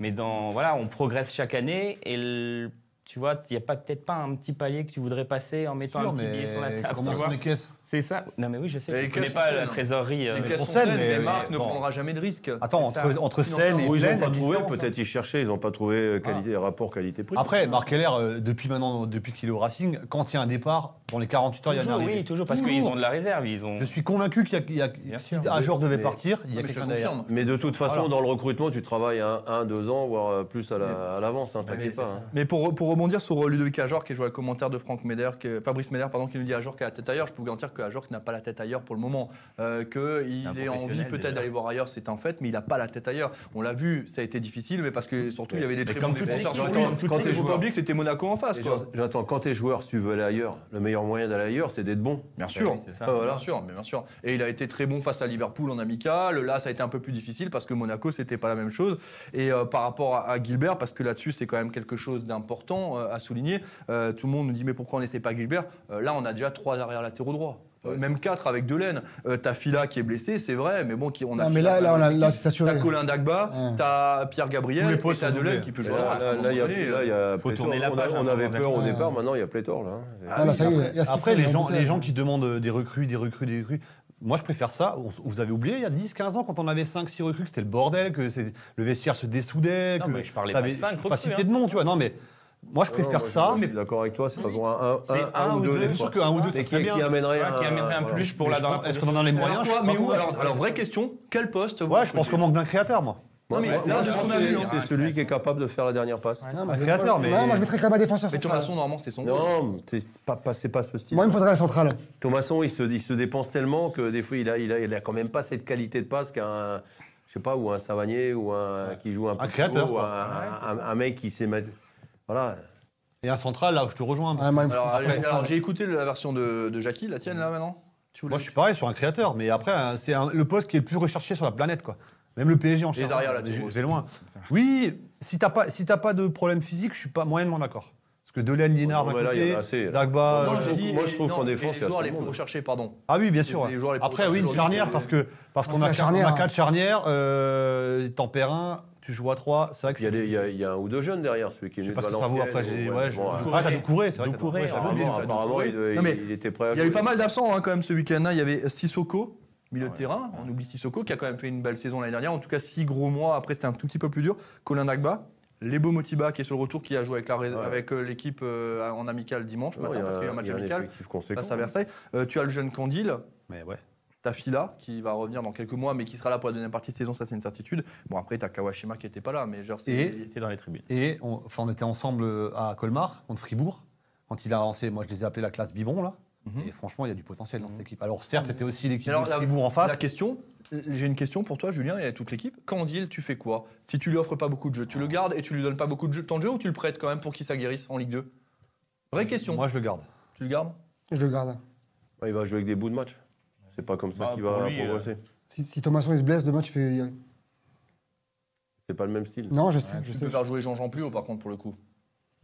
mais dans voilà, on progresse chaque année et le- tu vois, il n'y a pas peut-être pas un petit palier que tu voudrais passer en mettant un petit billet sur la table. tu vois.
caisses
C'est ça. Non, mais oui, je sais.
Mais
que Je
qu'est-ce
connais
qu'on
pas
sait,
la
non
trésorerie. euh,
Les caisses
pour
sont
scène,
pleines,
mais-
mais Marc
mais
ne
bon.
prendra jamais de risque.
Attends,
C'est
entre,
ça.
entre scène et
Ou ils
pleine,
n'ont
il y a
pas
une
trouvé,
différence,
hein.
peut-être ils cherchaient, ils n'ont pas trouvé euh, qualité, rapport qualité-prix.
hein. Après, Marc Keller, euh, depuis maintenant, depuis qu'il est au Racing, quand il y a un départ, dans les 48 heures, il y a un
Toujours,
arrivé.
oui, toujours, parce qu'ils ont de la réserve. Ils ont.
Je suis convaincu qu'il y a, qu'il y a-
Bien
si
sûr.
Ajorc devait
Mais-
partir, il y
Non, mais
a
je te
quelqu'un derrière.
confirme.
Mais de toute façon,
Voilà.
dans le recrutement, tu travailles un, un, deux ans, voire euh, plus à la- à l'avance. hein, T'inquiète
c'est
pas.
ça.
hein.
Mais pour, pour rebondir sur euh, Ludovic Ajorc, et je vois le commentaire de Franck Méder, que, Fabrice Méder, pardon, qui nous dit Ajorc a la tête ailleurs, je peux vous garantir que Ajorc n'a pas la tête ailleurs pour le moment. Euh,
C'est un
Qu'il ait envie
professionnel,
peut-être
déjà.
d'aller voir ailleurs, c'est un fait, mais il n'a pas la tête ailleurs. On l'a vu, ça a été difficile, mais parce que surtout, il y avait des très bons
comme toute
défenseurs sur
équipe,
lui.
comme toute
Quand
équipe.
il faut pas oublier que c'était Monaco en face.
Et
Quoi.
j'en- J'attends, quand t'es joueur, si tu veux aller ailleurs, le meilleur moyen d'aller ailleurs, c'est d'être bon.
Bien sûr.
Oui, c'est ça.
Ah, voilà. Bien sûr, mais bien sûr. Et il a été très bon face à Liverpool en amical. Là, ça a été un peu plus difficile parce que Monaco, c'était pas la même chose. Et euh, par rapport à, à Gilbert, parce que là-dessus, c'est quand même quelque chose d'important euh, à souligner. euh, tout le monde nous dit mais pourquoi on n'essaie pas Gilbert Euh, Là, on a déjà trois arrières latéraux droits. Euh, Même quatre avec Delaine. Euh, t'as Fila qui est blessé, c'est vrai, mais bon, qui, on a.
Non, mais
Fila
là, là,
dans
on a-
l'équipe.
là, c'est assuré.
T'as Colin Dagba,
Ouais.
t'as Pierre Gabriel,
Tous les
et
postes
t'as
sont
Delaine
doublés.
qui peut
Et
jouer. Ah, à
Là,
droite, à un
là,
moment
là, il y a,
donné,
là, il y a
faut
pléthore.
tourner la
On a-
page
On,
avant
avait
de-
peur au
Ah.
départ, maintenant il y a pléthore. Là. hein.
Ah
Ah, là,
oui,
ça y est,
après-
là, ce qu'il
Après,
faut, il
les
y a un
gens,
bouton,
les
là.
gens qui demandent euh, des recrues, des recrues, des recrues. Moi, je préfère ça. On s- vous avez oublié, il y a 10-15 ans, quand on avait 5-6 recrues, que c'était le bordel, que c'est- le vestiaire se dessoudait.
Non,
que
mais je parlais
t'avais-
pas de cinq
je peux
recrues,
citer
hein.
de nom, tu vois. Non, mais moi, je
Non,
préfère
moi, je-
ça.
Je
mais
suis d'accord avec toi, c'est pas pour un, un- un- un ou deux.
bien
des
sûr
fois.
qu'un ou deux, ça
Mais
serait
qui,
bien.
qui amènerait
Ouais, qui amènerait un
voilà.
plus pour
Mais
la
je
dans la
pense- Est-ce qu'on en a les
Alors,
moyens
quoi,
Je sais
mais
pas
où
comment.
alors, alors, vraie question, quel poste vous
Ouais, je pense qu'on manque d'un créateur, moi.
Non, mais
Moi,
là,
moi,
de
je
ce qu'on
pense
a
que
vu,
c'est-
hein.
c'est celui qui est capable de faire la dernière passe.
Ouais,
Non,
Un
mais-
créateur, mais.
Ouais, moi, je mettrais quand même un défenseur
Mais de toute
central.
façon, normalement, c'est son.
Non, c'est pas, pas- c'est pas ce style.
Moi, il me faudrait un central.
Thomasson, il se, il se dépense tellement que des fois, il a, il a, il a quand même pas cette qualité de passe qu'un, je sais pas, ou un Savanier, ou un qui joue un, peu plus
créateur,
haut, ou
quoi.
un, un- un mec qui sait mettre. Voilà.
Et un central, là où je te rejoins. parce
Ouais, moi, il me
Alors, euh,
faudrait un
alors,
central.
Ah, j'ai écouté la version de, de Jackie, la tienne là maintenant. Tu
que
voulais
Moi, je suis pareil sur un créateur, mais après, hein, c'est un- le poste qui est le plus recherché sur la planète, quoi. Même le PSG en
Les arrières, là,
je,
tu vois.
je vais loin. Oui, si t'as pas, si t'as pas de problème physique, je suis pas moyennement d'accord. Parce que Delaine, Liénard,
Ouais,
d'un
mais là, il y en a
côté,
assez, là.
Dagba.
Moi,
euh,
je trouve- moi, je trouve
non,
qu'en
et
défense, il
les
y a
joueurs
tout
les
le
plus
monde.
recherchés, pardon.
Ah oui, bien sûr.
les joueurs les plus
Après, oui, une
recherchés aujourd'hui,
charnière,
c'est-
parce que parce
Ah,
qu'on
c'est
a,
la
quatre- on
charnière,
a
hein.
quatre charnières, euh, Tempérin, tu joues à trois, c'est vrai que
Il y, a
c'est-
des- il y a- il y a un ou deux jeunes derrière, celui qui est
Je sais
venu
pas
de
ce que ça vaut
Valenciennes.
après. j'ai-
ou-
Ouais, je-
bon, ah,
Ah, t'as du couré, c'est vrai.
Du
t'as Doucouré,
Couré,
j'avais
ouais.
oublié.
Apparemment,
oublié,
apparemment,
t'as
il,
du couré. Non, mais
il- il était prêt à
Il y a eu
jouer.
pas mal d'absents hein, quand même ce week-end. là. Il y avait Sissoko, milieu
Ah
de
ouais.
terrain. On oublie Sissoko qui a quand même fait une belle saison l'année dernière. En tout cas, six gros mois. Après, c'était un tout petit peu plus dur. Colin Dagba. Lebo Motiba qui est sur le retour, qui a joué avec la ré-
Ouais.
avec, euh, l'équipe euh, en amical dimanche
Non,
matin, parce qu'il y a eu un
il
match
y a
amical
effectif conséquent.
face à Versailles. Euh, tu as le jeune Candil,
Mais ouais.
T'as Fila qui va revenir dans quelques mois, mais qui sera là pour la deuxième partie de saison, ça c'est une certitude. Bon après t'as Kawashima qui était pas là, mais genre c'est.
Et-
Il était dans les tribunes.
Et on, enfin, on était ensemble euh, à Colmar, contre Fribourg, quand il a avancé. Moi, je les ai appelés la classe Bibon, là.
Mhm.
Et franchement, il y a du potentiel dans cette équipe. Alors, certes, c'était aussi l'équipe
Alors,
de
la-
Fribourg en
La
face.
question, j'ai une question pour toi Julien et à toute l'équipe. Candil, tu fais quoi Si tu lui offres pas beaucoup de jeux, tu le gardes et tu lui donnes pas beaucoup de jeux, temps de jeu ou tu le prêtes quand même pour qu'il s'aguerrisse en Ligue 2 Vraie question.
Moi, je le garde.
Tu le gardes
Je le garde.
Ouais, Il va jouer avec des bouts de match. C'est pas comme ça
Bah,
qu'il
pour
va
lui, euh,
progresser.
Si, si Thomasson il se blesse, demain tu fais.
C'est pas le même style.
Non, je sais,
Tu
je
peux
sais.
faire jouer Jean-Jean plus haut par contre pour le coup.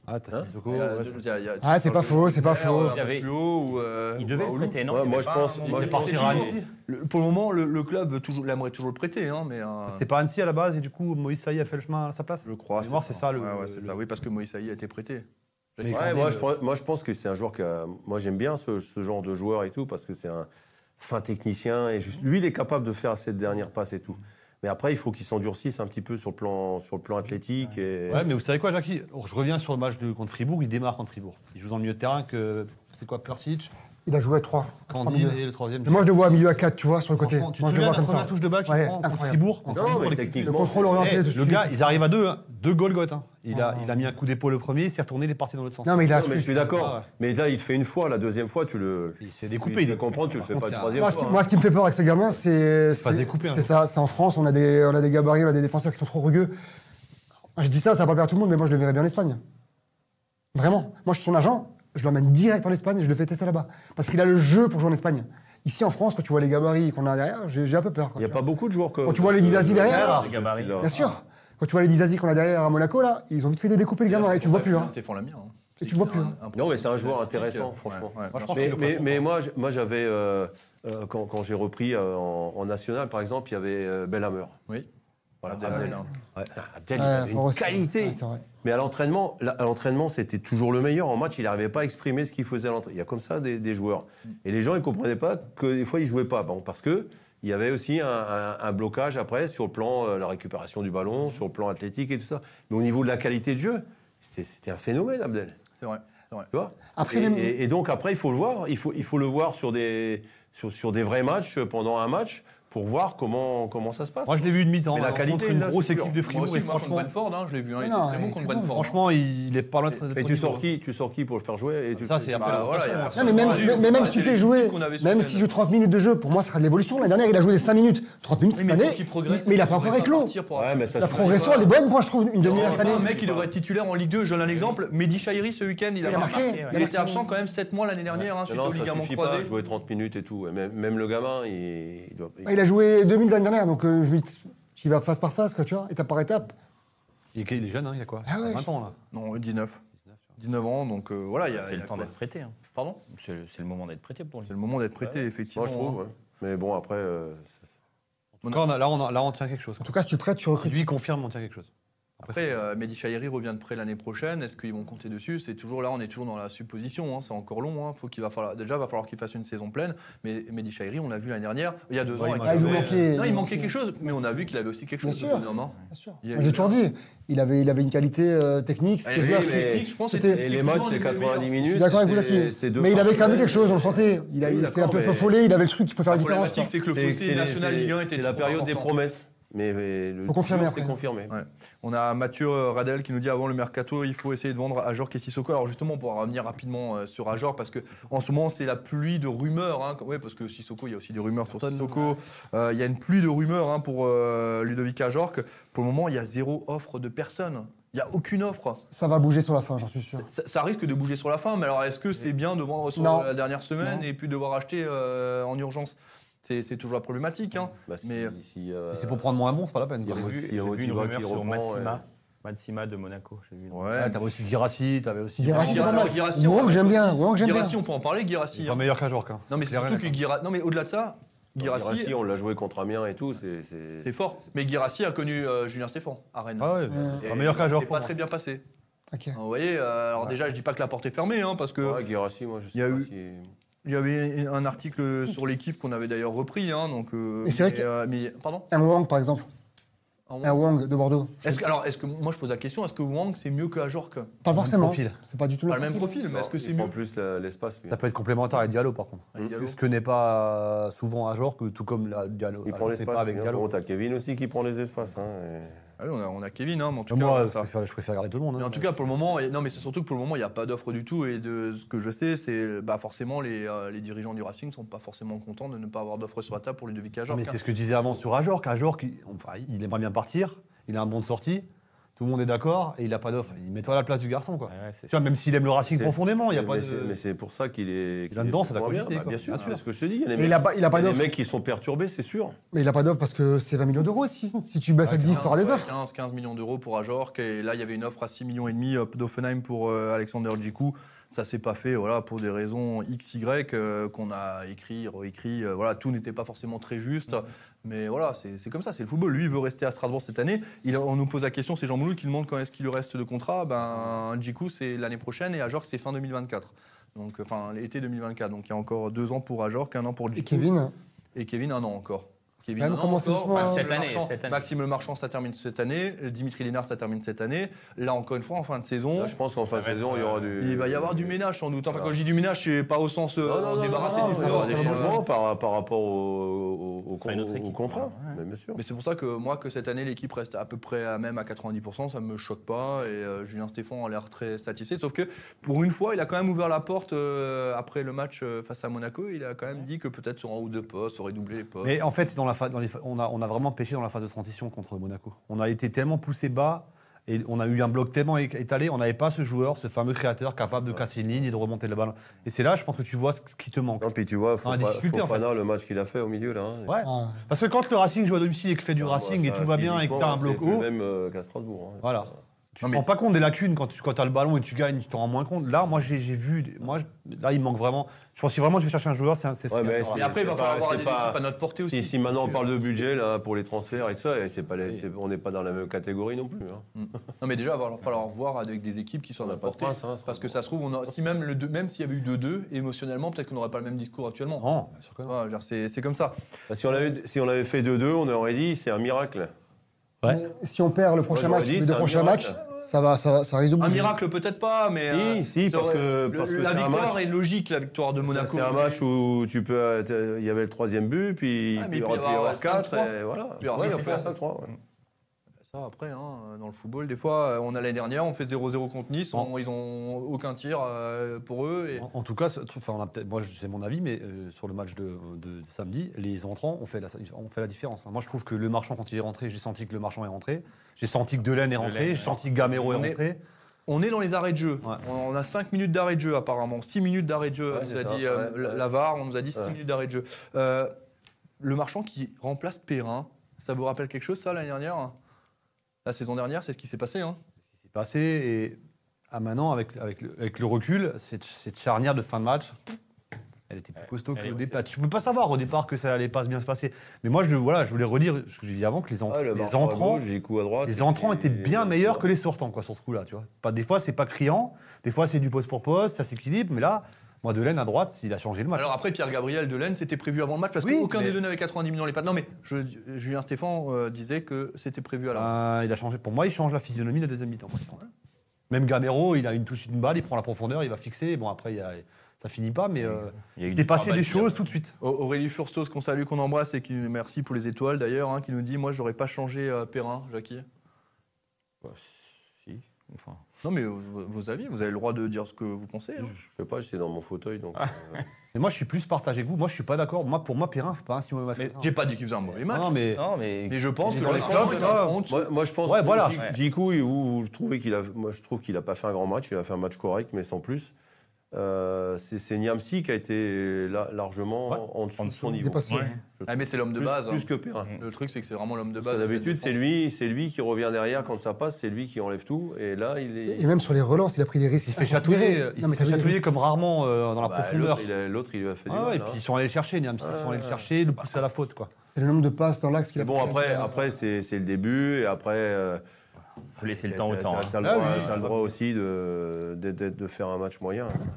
Ah, t'as
Hein
Sissoko.
Il y a-
ouais,
il y a- il y a-
Ah, c'est pas faux, c'est pas faux.
Il y avait plus haut ou, euh,
Il devait
ou
le
Raoul.
prêter, non
Ouais,
il
moi,
avait
je
pas
pense-
un-
moi,
il
je
était
pense-
toujours-
Toujours- le- Pour le moment, le, le club veut toujours- l'aimerait toujours le prêter, hein, mais. euh,
C'était pas Annecy à la base et du coup Moïse Saï a fait le chemin à sa place
Je crois.
De mémoire, c'est ça, le-
Ouais, ouais, c'est
le-
ça. Oui, parce que Moïse Saï a été prêté.
Mais
Ouais,
Gardez
moi,
le-
je, pense- moi, je pense que c'est un joueur qui a- Moi, j'aime bien ce, ce genre de joueur et tout, parce que c'est un fin technicien. Et juste, lui, il est capable de faire cette dernière passe et tout. Mais après, il faut qu'il s'endurcisse un petit peu sur le plan, sur le plan athlétique. Et...
Ouais, mais vous savez quoi, Jackie Je reviens sur le match de, contre Fribourg. Il démarre contre Fribourg. Il joue dans le milieu de terrain que. C'est quoi, Persic,
Il a joué à 3.
Candide et Ah, le troisième.
Mais moi, je le vois à milieu à 4, tu vois, sur le côté.
Franchement, Tu te souviens de
Moi, je le vois
la
comme
première
ça.
touche de balle qu'il
Ouais,
prend contre
incroyable.
Fribourg
Non,
contre Fribourg,
mais
les-
Le
techniquement,
contrôle
c'est-
Eh,
orienté, tout de
le
suite.
gars, ils arrivent à deux. hein. Deux Golgoth. hein. Il, a,
Ah.
il a mis un coup d'épaule le premier, il s'est retourné, il est parti dans l'autre sens.
Non, mais il a.
Non, mais je suis
Ah
d'accord.
ouais.
Mais là, il le fait une fois. La deuxième fois, tu le.
Il s'est découpé.
Il le comprendre, tu le
Par
fais
contre,
pas une
c'est un-
troisième
Bah, Moi ce, qui,
fois. hein.
moi, ce qui me fait peur avec ce gamin, c'est
se fasse
c'est-
découper, hein.
c'est ça. C'est en France, on a, des, on a des gabarits, on a des défenseurs qui sont trop rugueux. Je dis ça, ça va pas plaire à tout le monde, mais moi, je le verrais bien en Espagne. Vraiment. Moi, je suis son agent, je l'emmène direct en Espagne et je le fais tester là-bas. Parce qu'il a le jeu pour jouer en Espagne. Ici, en France, quand tu vois les gabarits qu'on a derrière, j'ai j'ai un peu peur. quoi,
Il n'y a
tu
pas
vois.
beaucoup de joueurs comme.
Quand tu vois les Dizazi derrière, ah,
les gabarits.
Bien sûr. Quand tu vois les Dizazi qu'on a derrière à Monaco, là, ils ont vite fait de découper les gamins et tu le vois plus. hein.
Stéphane Lamire. hein.
Et tu le vois
C'est
plus,
un-
hein.
un
Non, mais c'est un joueur
athlétique,
intéressant,
euh,
franchement.
ouais, ouais,
Moi, je
bien sûr.
pense
Mais,
qu'il le
mais-
prend.
mais moi, je- moi j'avais. euh, euh, quand quand j'ai repris euh, en, en national, par exemple, il y avait euh, Belhammer.
Oui.
Voilà,
Abdel
Abdel.
Hamel, hein.
Abdel, il
Ouais,
avait
faut
une
resserrer.
qualité.
Ouais, c'est vrai.
Mais à l'entraînement, là, à l'entraînement, c'était toujours le meilleur. En match, il n'arrivait pas à exprimer ce qu'il faisait à l'entraînement. Il y a comme ça des, des joueurs. Et les gens, ils ne comprenaient pas que des fois, ils ne jouaient pas. Bon, parce que il y avait aussi un, un- un blocage après sur le plan euh, la récupération du ballon, sur le plan athlétique et tout ça. Mais au niveau de la qualité de jeu, c'était, c'était un phénomène, Abdel.
C'est vrai. c'est vrai.
Tu vois
Après,
et,
les-
et- et donc après, il faut le voir. Il faut, il faut le voir sur des, sur, sur des vrais matchs, euh, pendant un match, pour voir comment, comment ça se passe.
Moi, je l'ai vu une mi-temps.
Mais la
hein,
qualité,
contre une
là, c'est
grosse
sûr.
équipe de
Moi
Fribourg.
aussi,
Et
moi, contre
franchement,
Brentford, hein, je l'ai vu. hein, il
Non,
était très
il
bon
est
contre
très bon,
Brentford. hein.
franchement, il il est pas loin de.
et tu sors qui Tu sors qui pour le faire jouer et tu-
Ça, c'est après
Bah,
le-
voilà, il y a
ça,
personne.
Non, mais même,
Ouais,
mais- mais même
ouais,
si tu
Ah, c'est
fais
les
jouer,
outils qu'on avait sur
même
le-
s'il joue 30 minutes de jeu, pour moi, ce sera de l'évolution. L'année dernière, il a joué des 5 minutes. 30 minutes
Oui,
cette
mais
année,
pour qu'il progresse,
mais il n'a pas
devrait
encore éclos.
partir pour-
Ouais, mais ça
La
se-
progression, elle est bonne, moi, je trouve, une demi-heure cette
Enfin, un
année.
mec, il devrait être titulaire en Ligue 2. Je donne un exemple. Mehdi Chahiri, ce week-end, il,
Il a marqué, ouais.
Il
Il a
était
marqué.
absent quand même 7 mois l'année dernière, hein,
Non,
suite
non,
au
ça
ligament
suffit
croisé.
pas, jouer 30 minutes et tout. Et Même, même le gamin, il, il doit. il-
Ah, Il a joué 2 minutes l'année dernière, donc euh, je me dis, tu vas face par face, quoi, tu vois, étape par étape.
Il est- il est jeune, hein, il a quoi
Ah ouais.
20 ans, là.
Non, 19. 19 ans, donc euh, voilà. il y a-
C'est
il y
le
a
temps
quoi.
d'être prêté. hein.
Pardon
C'est le c'est le moment d'être prêté pour lui.
C'est le moment d'être prêté, effectivement.
Moi, je trouve. ouais.
hein.
Mais bon, après. euh, c'est-
En tout cas, on a- là, on a- là, on tient quelque chose.
En tout cas, si tu prêtes, tu
Si
recrutes.
lui il confirme, on tient quelque chose.
Après, euh, Mehdi Chahiri revient de près l'année prochaine. Est-ce qu'ils vont compter dessus C'est toujours là, on est toujours dans la supposition. hein, C'est encore long. hein. Faut qu'il va falloir, déjà, va falloir qu'il fasse une saison pleine. Mais Mehdi Chahiri, on l'a vu l'année dernière. Il y a deux
Ouais,
ans,
il
avec
m'a-
Ah, il nous
le-
manquait.
Non,
il
il
nous
manquait quelque chose, mais on a vu qu'il avait aussi quelque
Bien
chose de
sûr.
bonhomme, hein.
Bien sûr.
Il y a
Moi,
eu-
J'ai toujours dit, il avait, il avait une qualité euh, technique, c'était
Eh
Allez,
joueur
oui,
qui-
mais- je pense que
c'était-
c'était-
Et les matchs, c'est 90 minutes.
Je suis d'accord avec vous
c'est-
là-dessus.
c'est deux
Mais il
par
avait quand même
semaine.
quelque chose, on le sentait. Il a-
Oui,
il s'était un
d'accord,
peu
mais-
fofolé, il avait le truc qui peut faire la
La
différence. quoi.
problématique, c'est que le
C'est-
fossé
c'est-
national
c'est-
Ligue 1 était
C'est la
trop
période des
important.
promesses. Mais, mais le
Faut confirmer
c'est
après. hein.
confirmé.
Ouais. On a Mathieu euh, Radel qui nous dit avant le mercato, il faut essayer de vendre Ajor et Sissoko. Alors justement, pour revenir rapidement euh, sur Ajor, parce que en ce moment, c'est la pluie de rumeurs. hein, quand- ouais, parce que Sissoko, il y a aussi des rumeurs sur Sissoko. Euh, il y a une pluie de rumeurs hein, pour euh, Ludovic Ajor. que Pour le moment, il y a zéro offre de personne. Il n'y a aucune offre.
Ça va bouger sur la fin, j'en suis sûr.
Ça, ça risque de bouger sur la fin, mais alors est-ce que c'est bien de vendre sur
Non.
la dernière semaine
Non.
et puis devoir acheter euh, en urgence C'est c'est toujours la problématique. hein.
Bah, si-
Mais-
si, euh,
Si c'est pour prendre moins bon, c'est pas la peine.
il y a
quoi.
J'ai
Motti-
vu,
il y a
j'ai vu
Motti
une
Bach
rumeur
qui
sur
reprend,
Matsima.
ouais.
Matsima de Monaco, j'ai vu.
Ouais.
Ouais, T'avais aussi Girassi, t'avais aussi.
Guirassy, c'est pas mal.
Ah, Guirassy, on
Ouang que
va-
j'aime bien. Ouang que j'aime bien.
Guirassi, on peut en parler,
Il est
Guirassi.
pas
hein.
meilleur qu'un joueur, qu'un.
Non, mais
Clair et
surtout que
net, hein.
Guira- Non, mais au-delà de ça, Guirassi,
Guirassi, on l'a joué contre Amiens et tout. c'est- c'est-
c'est fort. Mais Guirassi a connu euh, Julien Stéphane à Rennes.
Ah ouais, bah,
Euh.
c'est
Et
pas meilleur qu'un joueur
c'est
pour
pas
moi.
très bien passé.
Ok.
Hein, Vous voyez, euh, alors
Ouais.
déjà, je dis pas que la porte est fermée, hein, parce que
Ouais, Guirassi, moi, je sais
Il y a
pas
eu-
si-
il y avait un article sur l'équipe qu'on avait d'ailleurs repris, hein, donc. euh,
Et c'est vrai
mais,
que-
euh, mais- pardon.
Un Wang, par exemple.
Un
Un
Wang.
Wang de Bordeaux.
Est-ce que, alors, est-ce que moi je pose la question, est-ce que Wang c'est mieux que Ajorque
Pas forcément.
profil.
C'est pas du tout
Pas le même profil, mais est-ce que
Il
c'est
prend
mieux Ah,
plus la- l'espace. lui.
Ça peut être complémentaire avec Diallo, par contre.
Avec Diallo
Ce que n'est pas souvent un joueur, que tout comme la Diallo.
Il
ah,
prend
n'est pas
l'espace.
avec
bien.
Diallo.
Bon, t'as Kevin aussi qui prend les espaces. hein, et-
Ah oui, on, a, on a Kevin, hein, mais en tout cas,
Ah, Moi, je
ça-
préfère, je préfère garder tout le monde.
Mais en
hein.
tout cas, pour le moment, et- non, mais c'est surtout que pour le moment, il n'y a pas d'offre du tout. Et de ce que je sais, c'est bah, forcément les, euh, les dirigeants du Racing ne sont pas forcément contents de ne pas avoir d'offre sur la table pour Ludovic
Non,
Ajorque.
Mais c'est ce que je disais avant sur Ajorc. Ajorc, il, enfin, il aimerait bien partir. Il a un bon de sortie. Tout le monde est d'accord et il n'a pas d'offre. Il met toi à la place du garçon, quoi.
Ouais, ouais, c'est-
Tu vois, même s'il aime le Racing
C'est-
profondément, il n'y a
Mais
pas de.
c'est- Mais c'est pour ça qu'il est. qu'il
là-dedans,
est
ça doit
pas bien.
cogiter,
Bah,
quoi.
Bien sûr,
Bien sûr.
c'est ce que je te dis. Il y a les
Mais
mecs-
il a pas, il a pas
il y a
d'offre.
des mecs qui sont perturbés, c'est sûr.
Mais il a pas d'offre parce que c'est 20 millions d'euros aussi. Si tu baisses à 10, bah, t'auras des
Ah, Ouais,
offres.
15, 15 millions d'euros pour Ajorc. Et là, il y avait une offre à 6 millions et demi euh, d'Offenheim pour euh, Alexander Djikou. Ça s'est pas fait, voilà, pour des raisons XY euh, qu'on a écrit, réécrit. euh, voilà, tout n'était pas forcément très juste.
Mhm.
Mais voilà, c'est c'est comme ça, c'est le football. Lui, il veut rester à Strasbourg cette année. Il, on nous pose la question, c'est Jean Moulou qui demande quand est-ce qu'il lui reste de contrat. Ben, Djikou, c'est l'année prochaine et Ajorc, c'est fin 2024. Donc, euh, enfin, l'été 2024. Donc, il y a encore deux ans pour Ajorc, un an pour
Et
Djikou.
Kevin,
Et Kevin, un an encore. Kevin,
Même
un an
commencer
encore.
ce soir.
Bah,
Maxime
Cette
Le
année,
Marchand-
cette année.
Maxime Le Marchand, ça termine cette année. Dimitri Lénard, ça termine cette année. Là, encore une fois, en fin de saison,
Là, je pense qu'en fin de
va être,
saison, il y aura
euh,
du.
il va y avoir du ménage sans doute. Enfin,
Voilà.
quand je dis du ménage, c'est pas au sens euh,
Non, non, non,
débarrasser
non,
du
non,
ça
joueur,
va,
des
des
ça va.
changements.
changements par, par rapport au, au, au,
sera une autre
au- au
équipe.
contrat.
Ouais.
Mais bien sûr.
Mais c'est pour ça que moi, que cette année, l'équipe reste à peu près à même à 90%, ça me choque pas. Et euh, Julien Stéphan a l'air très satisfait. Sauf que pour une fois, il a quand même ouvert la porte euh, après le match euh, face à Monaco. Il a quand même dit que peut-être sur un ou deux postes, aurait doublé les postes.
Mais en fait, c'est dans la phase, dans les pha- on, a, on a vraiment pêché dans la phase de transition contre Monaco. On a été tellement poussé bas et on a eu un bloc tellement é- étalé, on n'avait pas ce joueur, ce fameux créateur capable de casser une ligne et de remonter le ballon. Et c'est là, je pense que tu vois ce qui te manque.
Non, puis tu vois,
Dans la
Fofa-
difficulté, en
Fofana, le match qu'il a fait au milieu, là. hein.
Ouais.
ah,
Parce que quand le Racing joue à domicile et que fait du
Enfin,
Racing et
Ah, ça,
tout va bien et que t'as un bloc
physiquement, C'est
haut,
le même euh, qu'à Strasbourg. hein.
Voilà. Tu
Non,
ne
mais-
rends pas compte des lacunes quand tu quand as le ballon et tu gagnes, tu t'en rends moins compte. Là, moi, j'ai j'ai vu. Moi, je- là, il manque vraiment. Je pense que si vraiment je vais chercher un joueur, c'est un- c'est ce
Ouais, mais
Mais
qu'il
c'est-
après, il va falloir
c'est pas-
avoir
c'est
des
pas-
équipes à notre portée aussi.
Si, si maintenant on parle de budget là, pour les transferts et tout ça, et c'est pas les- c'est- on n'est pas dans la même catégorie non plus. hein.
Non, mais déjà, il va falloir voir avec des équipes qui sont à
On a
notre
pas de
portée.
prince, hein,
parce que ça se trouve, on a- si même le deux- même s'il y avait eu 2-2, émotionnellement, peut-être qu'on n'aurait pas le même discours actuellement.
Non, bien sûr que non.
Ouais, je veux dire, c'est c'est comme ça.
Bah, si, on avait, si on avait fait 2-2, on aurait dit c'est un miracle.
Ouais.
mais Si on perd le prochain
j'aurais
match,
dit,
les
c'est
deux
un
prochains matchs,
miracle.
ça, va, ça, va- ça risque de
Un
bouger.
miracle, peut-être pas, mais.
Si, si,
ça
parce
aurait-
que-
le-
parce que
la
c'est un
victoire
match-
est logique, la victoire de Monaco.
C'est un match où tu peux, euh, il y avait le troisième but, puis
Ah,
il
mais il
aurait
peut
pu
y
y
avoir
avoir 4,
5-3.
et voilà.
Il peut y avoir
Ouais,
5-3.
il y a 5-3, ouais.
Ça, après, hein, dans le football, des fois, euh, on a l'année dernière, on fait 0-0 contre Nice, on- ils ont aucun tir euh, pour eux. Et...
En, en tout cas, ce- enfin, on a peut-être- moi, je- c'est mon avis, mais euh, sur le match de, de- de samedi, les entrants ont fait la, ont fait la différence. hein. Moi, je trouve que le marchand, quand il est rentré, j'ai senti que le marchand est rentré. J'ai senti que Delaine est rentré.
Delaine,
J'ai
ouais.
senti que Gamero
On
est
est-
rentré.
On est dans les arrêts de jeu.
Ouais.
On a 5 minutes d'arrêt de jeu apparemment. 6 minutes d'arrêt de jeu,
Ouais,
on nous
c'est
a
ça,
dit euh,
ouais, ouais.
la VAR, on nous a dit 6
Ouais.
minutes d'arrêt de jeu. Euh, le marchand qui remplace Perrin, ça vous rappelle quelque chose ça l'année dernière La saison dernière, c'est ce qui s'est passé. Hein
Ce qui s'est passé et à maintenant, avec, avec, le, avec le recul, cette, cette charnière de fin de match, elle était plus costaud
elle est-
qu'au départ. Tu peux pas savoir au départ que ça allait pas bien se passer. Mais moi, je, voilà, je voulais redire ce que j'ai dit avant que les, entrants-
Ouais, Ah, le
les
marqueur à
entrants
gauche, Gikou à droite,
Les entrants
et- euh,
étaient bien
et-
meilleurs que les sortants quoi, sur ce coup-là. Tu vois. Pas, des fois, c'est pas criant, des fois, c'est du poste pour poste, ça s'équilibre, mais là, moi, Delaine à droite, il a changé le match.
Alors après, Pierre-Gabriel Delaine, c'était prévu avant le match parce
Oui,
qu'aucun
mais-
des deux n'avait 90 millions les pattes. Non mais je- Julien Stéphan euh, disait que c'était prévu à la
Euh, il a changé. Pour moi, il change la physionomie de la deuxième mi-temps. par exemple. Même Gamero, il a une touche, une balle, il prend la profondeur, il va fixer. Bon, après, il y a- ça finit pas, mais euh,
Il y a eu
il
des
s'est passé
combats
des
de
choses
Pierre.
tout de suite.
Au- Aurélie Fursos, qu'on salue, qu'on embrasse et qui nous merci pour les étoiles d'ailleurs, hein, qui nous dit Moi, j'aurais pas changé euh, Perrin, Jackie.
Bah, si. Enfin,
Non, mais euh, vos, vos avis, vous avez le droit de dire ce que vous pensez. hein.
Je sais pas, j'étais dans mon fauteuil, donc. euh,
Mais moi, je suis plus partagé que vous. Moi, je suis pas d'accord. Moi, pour moi, Perrin, c'est pas un si mauvais match.
Mais
que ça.
J'ai pas dit qu'il faisait un mauvais match.
non, mais
non, mais.
Mais je pense
Mais
que
dans
le
les
marchand
clubs,
est
toi,
en honte.
Moi, moi, je pense
Ouais,
que
voilà.
Dji-
Ouais.
Djikou, il- vous, vous le trouvez qu'il a. Moi, je trouve qu'il a pas fait un grand match. Il a fait un match correct, mais sans plus. Euh, c'est c'est Niamsi qui a été la- largement
Ouais.
en, dessous
En
de son
dessous.
niveau.
Dépassé.
Ouais.
Ah, mais c'est l'homme de
Plus-
base.
Plus
hein.
que Perrin.
Mm.
Le truc, c'est que c'est vraiment l'homme de
Parce
base.
que D'habitude,
de cette
c'est
défense.
lui, c'est lui qui revient derrière quand ça passe, c'est lui qui enlève tout. Et là, il est.
Et même sur les relances, il a pris des risques.
il s'est fait chatouiller, il
Non, mais
s'est fait
t'as vu les
chatouiller
risques.
comme rarement euh, dans la
Bah,
profondeur.
l'autre, il a- L'autre, il lui a fait
Ah
du
ouais,
mal.
et
hein.
puis ils sont allés le chercher, Niamsi, ils sont allés le chercher, le pousser à la faute, quoi.
Et Le nombre de passes dans l'axe qu'il
Mais
a
bon,
pris,
après,
euh,
après c'est c'est le début. Et après. euh,
Faut laisser le temps au
t'as-
temps.
t'as-
hein.
T'as le
Ah
droit-
oui.
t'as le droit aussi de, de, de- de faire un match moyen. hein.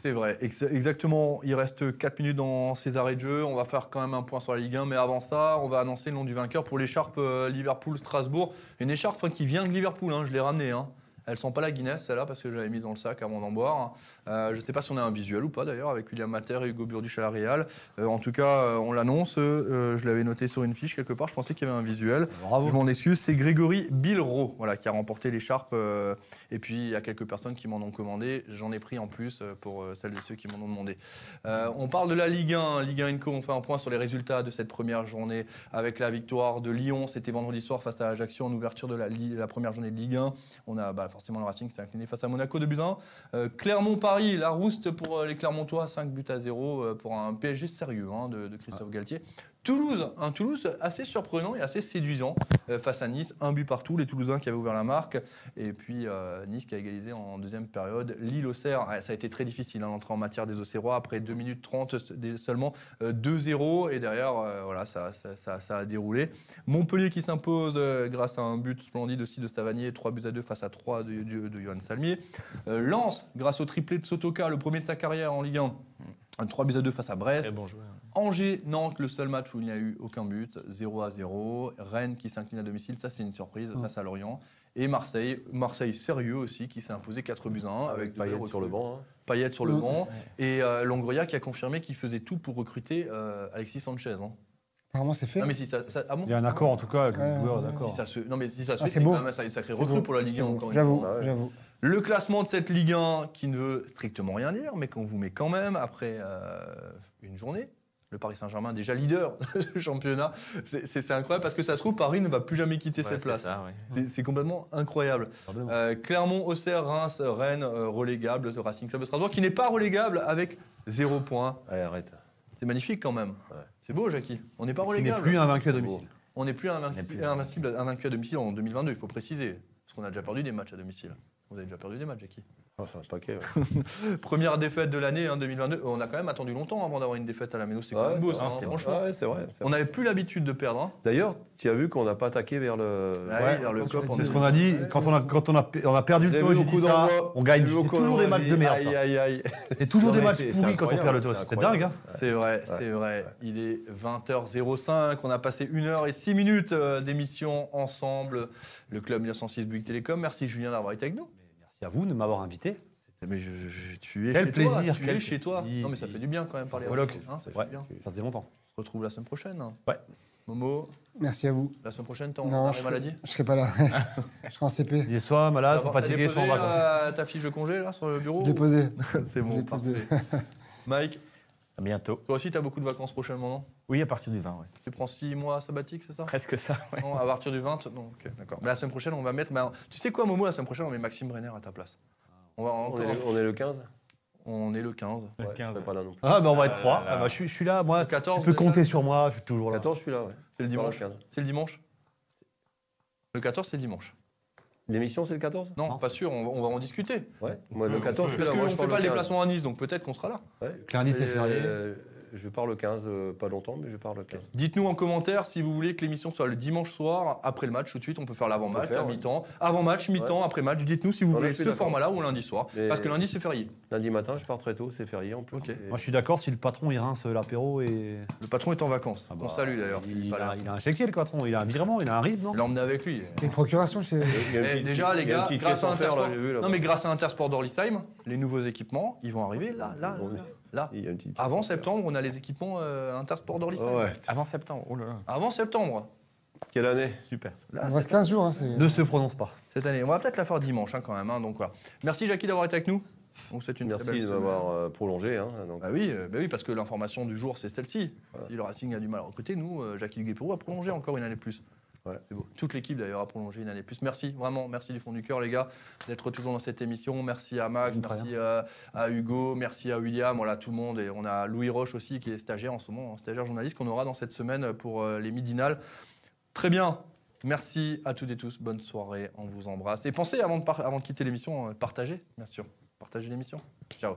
C'est vrai, ex- exactement. Il reste 4 minutes dans ces arrêts de jeu. On va faire quand même un point sur la Ligue 1, mais avant ça, on va annoncer le nom du vainqueur pour l'écharpe euh, Liverpool-Strasbourg. Une écharpe hein, qui vient de Liverpool, hein, je l'ai ramenée. hein. Elle sent pas la Guinness, celle-là, parce que je l'avais mise dans le sac avant d'en boire. Euh, je sais pas si on a un visuel ou pas, d'ailleurs, avec William Mater et Hugo Burduch à la Real. Euh, en tout cas, euh, on l'annonce. euh, je l'avais noté sur une fiche quelque part. Je pensais qu'il y avait un visuel.
Bravo.
Je m'en excuse, c'est Grégory Bilro voilà, qui a remporté l'écharpe. euh, et puis, il y a quelques personnes qui m'en ont commandé. J'en ai pris en plus euh, pour euh, celles et ceux qui m'en ont demandé. Euh, on parle de la Ligue 1. Ligue 1 Inco, on fait un point sur les résultats de cette première journée avec la victoire de Lyon. C'était vendredi soir face à Ajaccio en ouverture de la, li- la première journée de Ligue 1. On a bah, forcément le Racing qui s'est incliné face à Monaco de Buzyn. Clermont-Paris, la rouste pour euh, les Clermontois, 5 buts à 0 euh, pour un PSG sérieux hein, de, de Christophe Galtier. Toulouse, un Toulouse assez surprenant et assez séduisant euh, face à Nice. Un but partout, les Toulousains qui avaient ouvert la marque. Et puis euh, Nice qui a égalisé en deuxième période. Lille au Serre, ouais, ça a été très difficile hein, l'entrée en matière des Auxerrois. Après 2 minutes 30 se- des- seulement, euh, 2-0. Et derrière, euh, voilà, ça, ça- ça- ça a déroulé. Montpellier qui s'impose euh, grâce à un but splendide aussi de Savanier. 3 buts à 2 face à 3 de, de, de Johan Salmier. Euh, Lens, grâce au triplé de Sotoka, le premier de sa carrière en Ligue 1. 3 buts à 2 face à Brest.
Très bon joueur. hein.
Angers, Nantes, le seul match où il n'y a eu aucun but, 0 à 0. Rennes qui s'incline à domicile, ça c'est une surprise
Mm.
face à Lorient. Et Marseille, Marseille sérieux aussi, qui s'est imposé 4 buts à 1 avec,
Avec
de belles
Payet sur le
recrues.
banc. hein.
Payet sur le
Mm.
banc. Et euh, Longoria qui a confirmé qu'il faisait tout pour recruter euh, Alexis Sanchez. hein.
Apparemment, c'est fait.
Non mais si ça, ça- ah bon
Il y a un accord en tout cas avec
Ouais,
le joueur,
ouais,
Si
d'accord.
ça se, non mais si ça se
Ah,
fait,
c'est
c'est
beau.
quand même un sacré- sacré
C'est
recrue
beau,
pour la Ligue
c'est
1
beau.
encore une
J'avoue,
fois.
Ah ouais.
j'avoue.
Le classement de cette Ligue 1 qui ne veut strictement rien dire, mais qu'on vous met quand même après euh, une journée. Le Paris Saint-Germain, déjà leader du championnat, c'est- c'est c'est incroyable parce que ça se trouve, Paris ne va plus jamais quitter
Ouais,
cette
c'est
place.
ça, ouais.
C'est c'est complètement incroyable.
Pardon.
Euh, Clermont, Auxerre, Reims, Rennes, euh, relégable, le Racing Club de Strasbourg, qui n'est pas relégable avec zéro point.
Allez, arrête.
C'est magnifique quand même.
Ouais.
C'est beau, Jackie. On n'est pas
Il n'est
relégable.
plus invaincu à domicile.
On n'est plus
n'est
invincible,
plus
invincible- invaincu à domicile en 2022, il faut préciser. Parce qu'on a déjà perdu des matchs à domicile. Vous avez déjà perdu des matchs, Jackie.
Oh, c'est un paquet. ouais.
Première défaite de l'année hein, 2022. On a quand même attendu longtemps avant d'avoir une défaite à la Méno. C'est quand
Ouais,
même beau,
c'est
ça,
vrai,
hein,
c'était-
franchement.
ouais, c'est vrai. c'est
On
vrai.
n'avait plus l'habitude de perdre. hein.
D'ailleurs, tu as vu qu'on n'a pas attaqué vers le.
Ah oui, vers le
comme
cop,
tu l'as
on
C'est
dit.
ce qu'on a dit, quand on a, quand on a, pe- on a perdu
Je
le
l'ai
taux,
vu
j'ai
au coup
dit ça,
d'envoi,
on gagne
je l'ai vu au
c'est
coup
toujours des
d'envoi,
matchs
je
de
dis,
merde.
Aïe,
ça.
aïe, aïe.
C'est toujours
Non,
des
mais
matchs
c'est-
pourris
c'est
quand on perd le
incroyable,
taux.
c'est
C'est dingue, hein
C'est vrai, c'est vrai. Il est 20h05. On a passé 1 h 6 minutes euh, d'émission ensemble. Le club 1906 Bouygues Télécom. Merci Julien d'avoir été avec nous.
Merci à vous de m'avoir invité.
Mais je, je- je- tu es
Quel
chez
plaisir,
toi. Tu
quel
es chez toi.
plaisir.
Non, mais ça fait du bien quand même parler. à
Colloque.
vous, hein, ça fait
Ouais,
du bien.
ça faisait longtemps.
On se retrouve la semaine prochaine.
Ouais.
Momo,
Merci à vous.
la semaine prochaine, t'es en
Non,
arrêt
je
Ah,
maladie.
je serai pas là. je serai en CP.
Il est soit malade, soit
T'as
fatigué, soit en
déposé,
vacances.
euh, ta fiche de congé là sur le bureau. ou-
Déposé.
C'est bon,
Déposé.
parfait. Mike,
À bientôt.
toi aussi, tu as beaucoup de vacances prochainement, non
Oui, à partir du 20, ouais.
Tu prends 6 mois sabbatiques, c'est ça
Presque ça, ouais.
Non, à partir du 20 Non, ok, d'accord. Mais la semaine prochaine, on va mettre. bah, tu sais quoi, Momo, la semaine prochaine, on met Maxime Brenner à ta place. On, va
On
encore-
est le- on est le 15
on est le 15.
Le
Ouais, je
15,
serai pas là non plus.
Ah, ben on va être
Ah
trois.
là là.
Ah, bah, je, suis- je suis là, moi.
Le 14,
tu peux
déjà
compter sur moi, je suis toujours là.
14, je suis là, ouais.
C'est le
Sur
dimanche
le 15.
C'est le dimanche Le 14, c'est le dimanche.
L'émission, c'est le 14
Non,
Non.
pas sûr, on va, on va en discuter.
Ouais. Moi, le 14, je suis
Parce
là.
qu'on
Moi,
ne
je
fait
pars
pas le
15.
déplacement à Nice, donc peut-être qu'on sera là.
Lundi, c'est férié.
Euh, Je pars le 15, euh, pas longtemps, mais je pars le 15.
Dites-nous en commentaire si vous voulez que l'émission soit le dimanche soir, après le match, tout de suite, on peut faire
On
l'avant-match,
peut faire,
la
ouais.
mi-temps. Avant-match, mi-temps, après-match, dites-nous si vous
Non, là,
voulez
je suis
ce
d'accord.
format-là ou lundi soir.
Et-
Parce que lundi, c'est férié.
Lundi matin, je pars très tôt, c'est férié en plus.
Ok.
Et-
Moi, je suis d'accord si le patron, il rince l'apéro et.
Le patron est en vacances.
Ah
On
bah,
salue d'ailleurs.
Il,
Philippe
a-
Allaire.
il a un chéquier, le patron. Il a un virement, il a un rythme, non
Il l'a emmené avec lui.
Une procuration chez.
Il y a une
Eh,
petite-
déjà, les
il y a une
gars,
petite
grâce
caisse
à,
en fer,
Intersport,
là, j'ai vu, là-bas.
non, mais grâce à Intersport d'Orlisheim, les nouveaux équipements, ils vont arriver là, là,
Bah
là, là.
Il y a une petite-
Avant septembre, on a les équipements euh, Intersport d'Orlisheim.
Ah ouais.
Avant septembre, oh là là.
Avant septembre,
Quelle année
Super.
Là,
On reste 15 jours. hein, c'est-
Ne se prononce pas.
cette année. On va peut-être la faire dimanche hein, quand même. hein, donc voilà. Merci Jackie d'avoir été avec nous. On vous souhaite une très
Merci
belle
de
semaine.
m'avoir euh, prolongé. hein, donc.
Bah oui, euh, bah oui, parce que l'information du jour, c'est celle-ci. Si le Racing a du mal à recruter, nous, euh, Jackie Duguay-Pérou a prolongé encore une année de plus.
Ouais.
C'est beau. Toute l'équipe, d'ailleurs, a prolongé une année de plus. Merci, vraiment, merci du fond du cœur, les gars, d'être toujours dans cette émission. Merci à Max,
De rien.
merci euh, à Hugo, merci à William, voilà, tout le monde. Et on a Louis Roche aussi, qui est stagiaire en ce moment, hein, stagiaire journaliste, qu'on aura dans cette semaine pour euh, les midinales. Très bien. Merci à toutes et tous. Bonne soirée. On vous embrasse. Et pensez, avant de, par- avant de quitter l'émission, euh, partagez, bien sûr. Partagez l'émission. Ciao.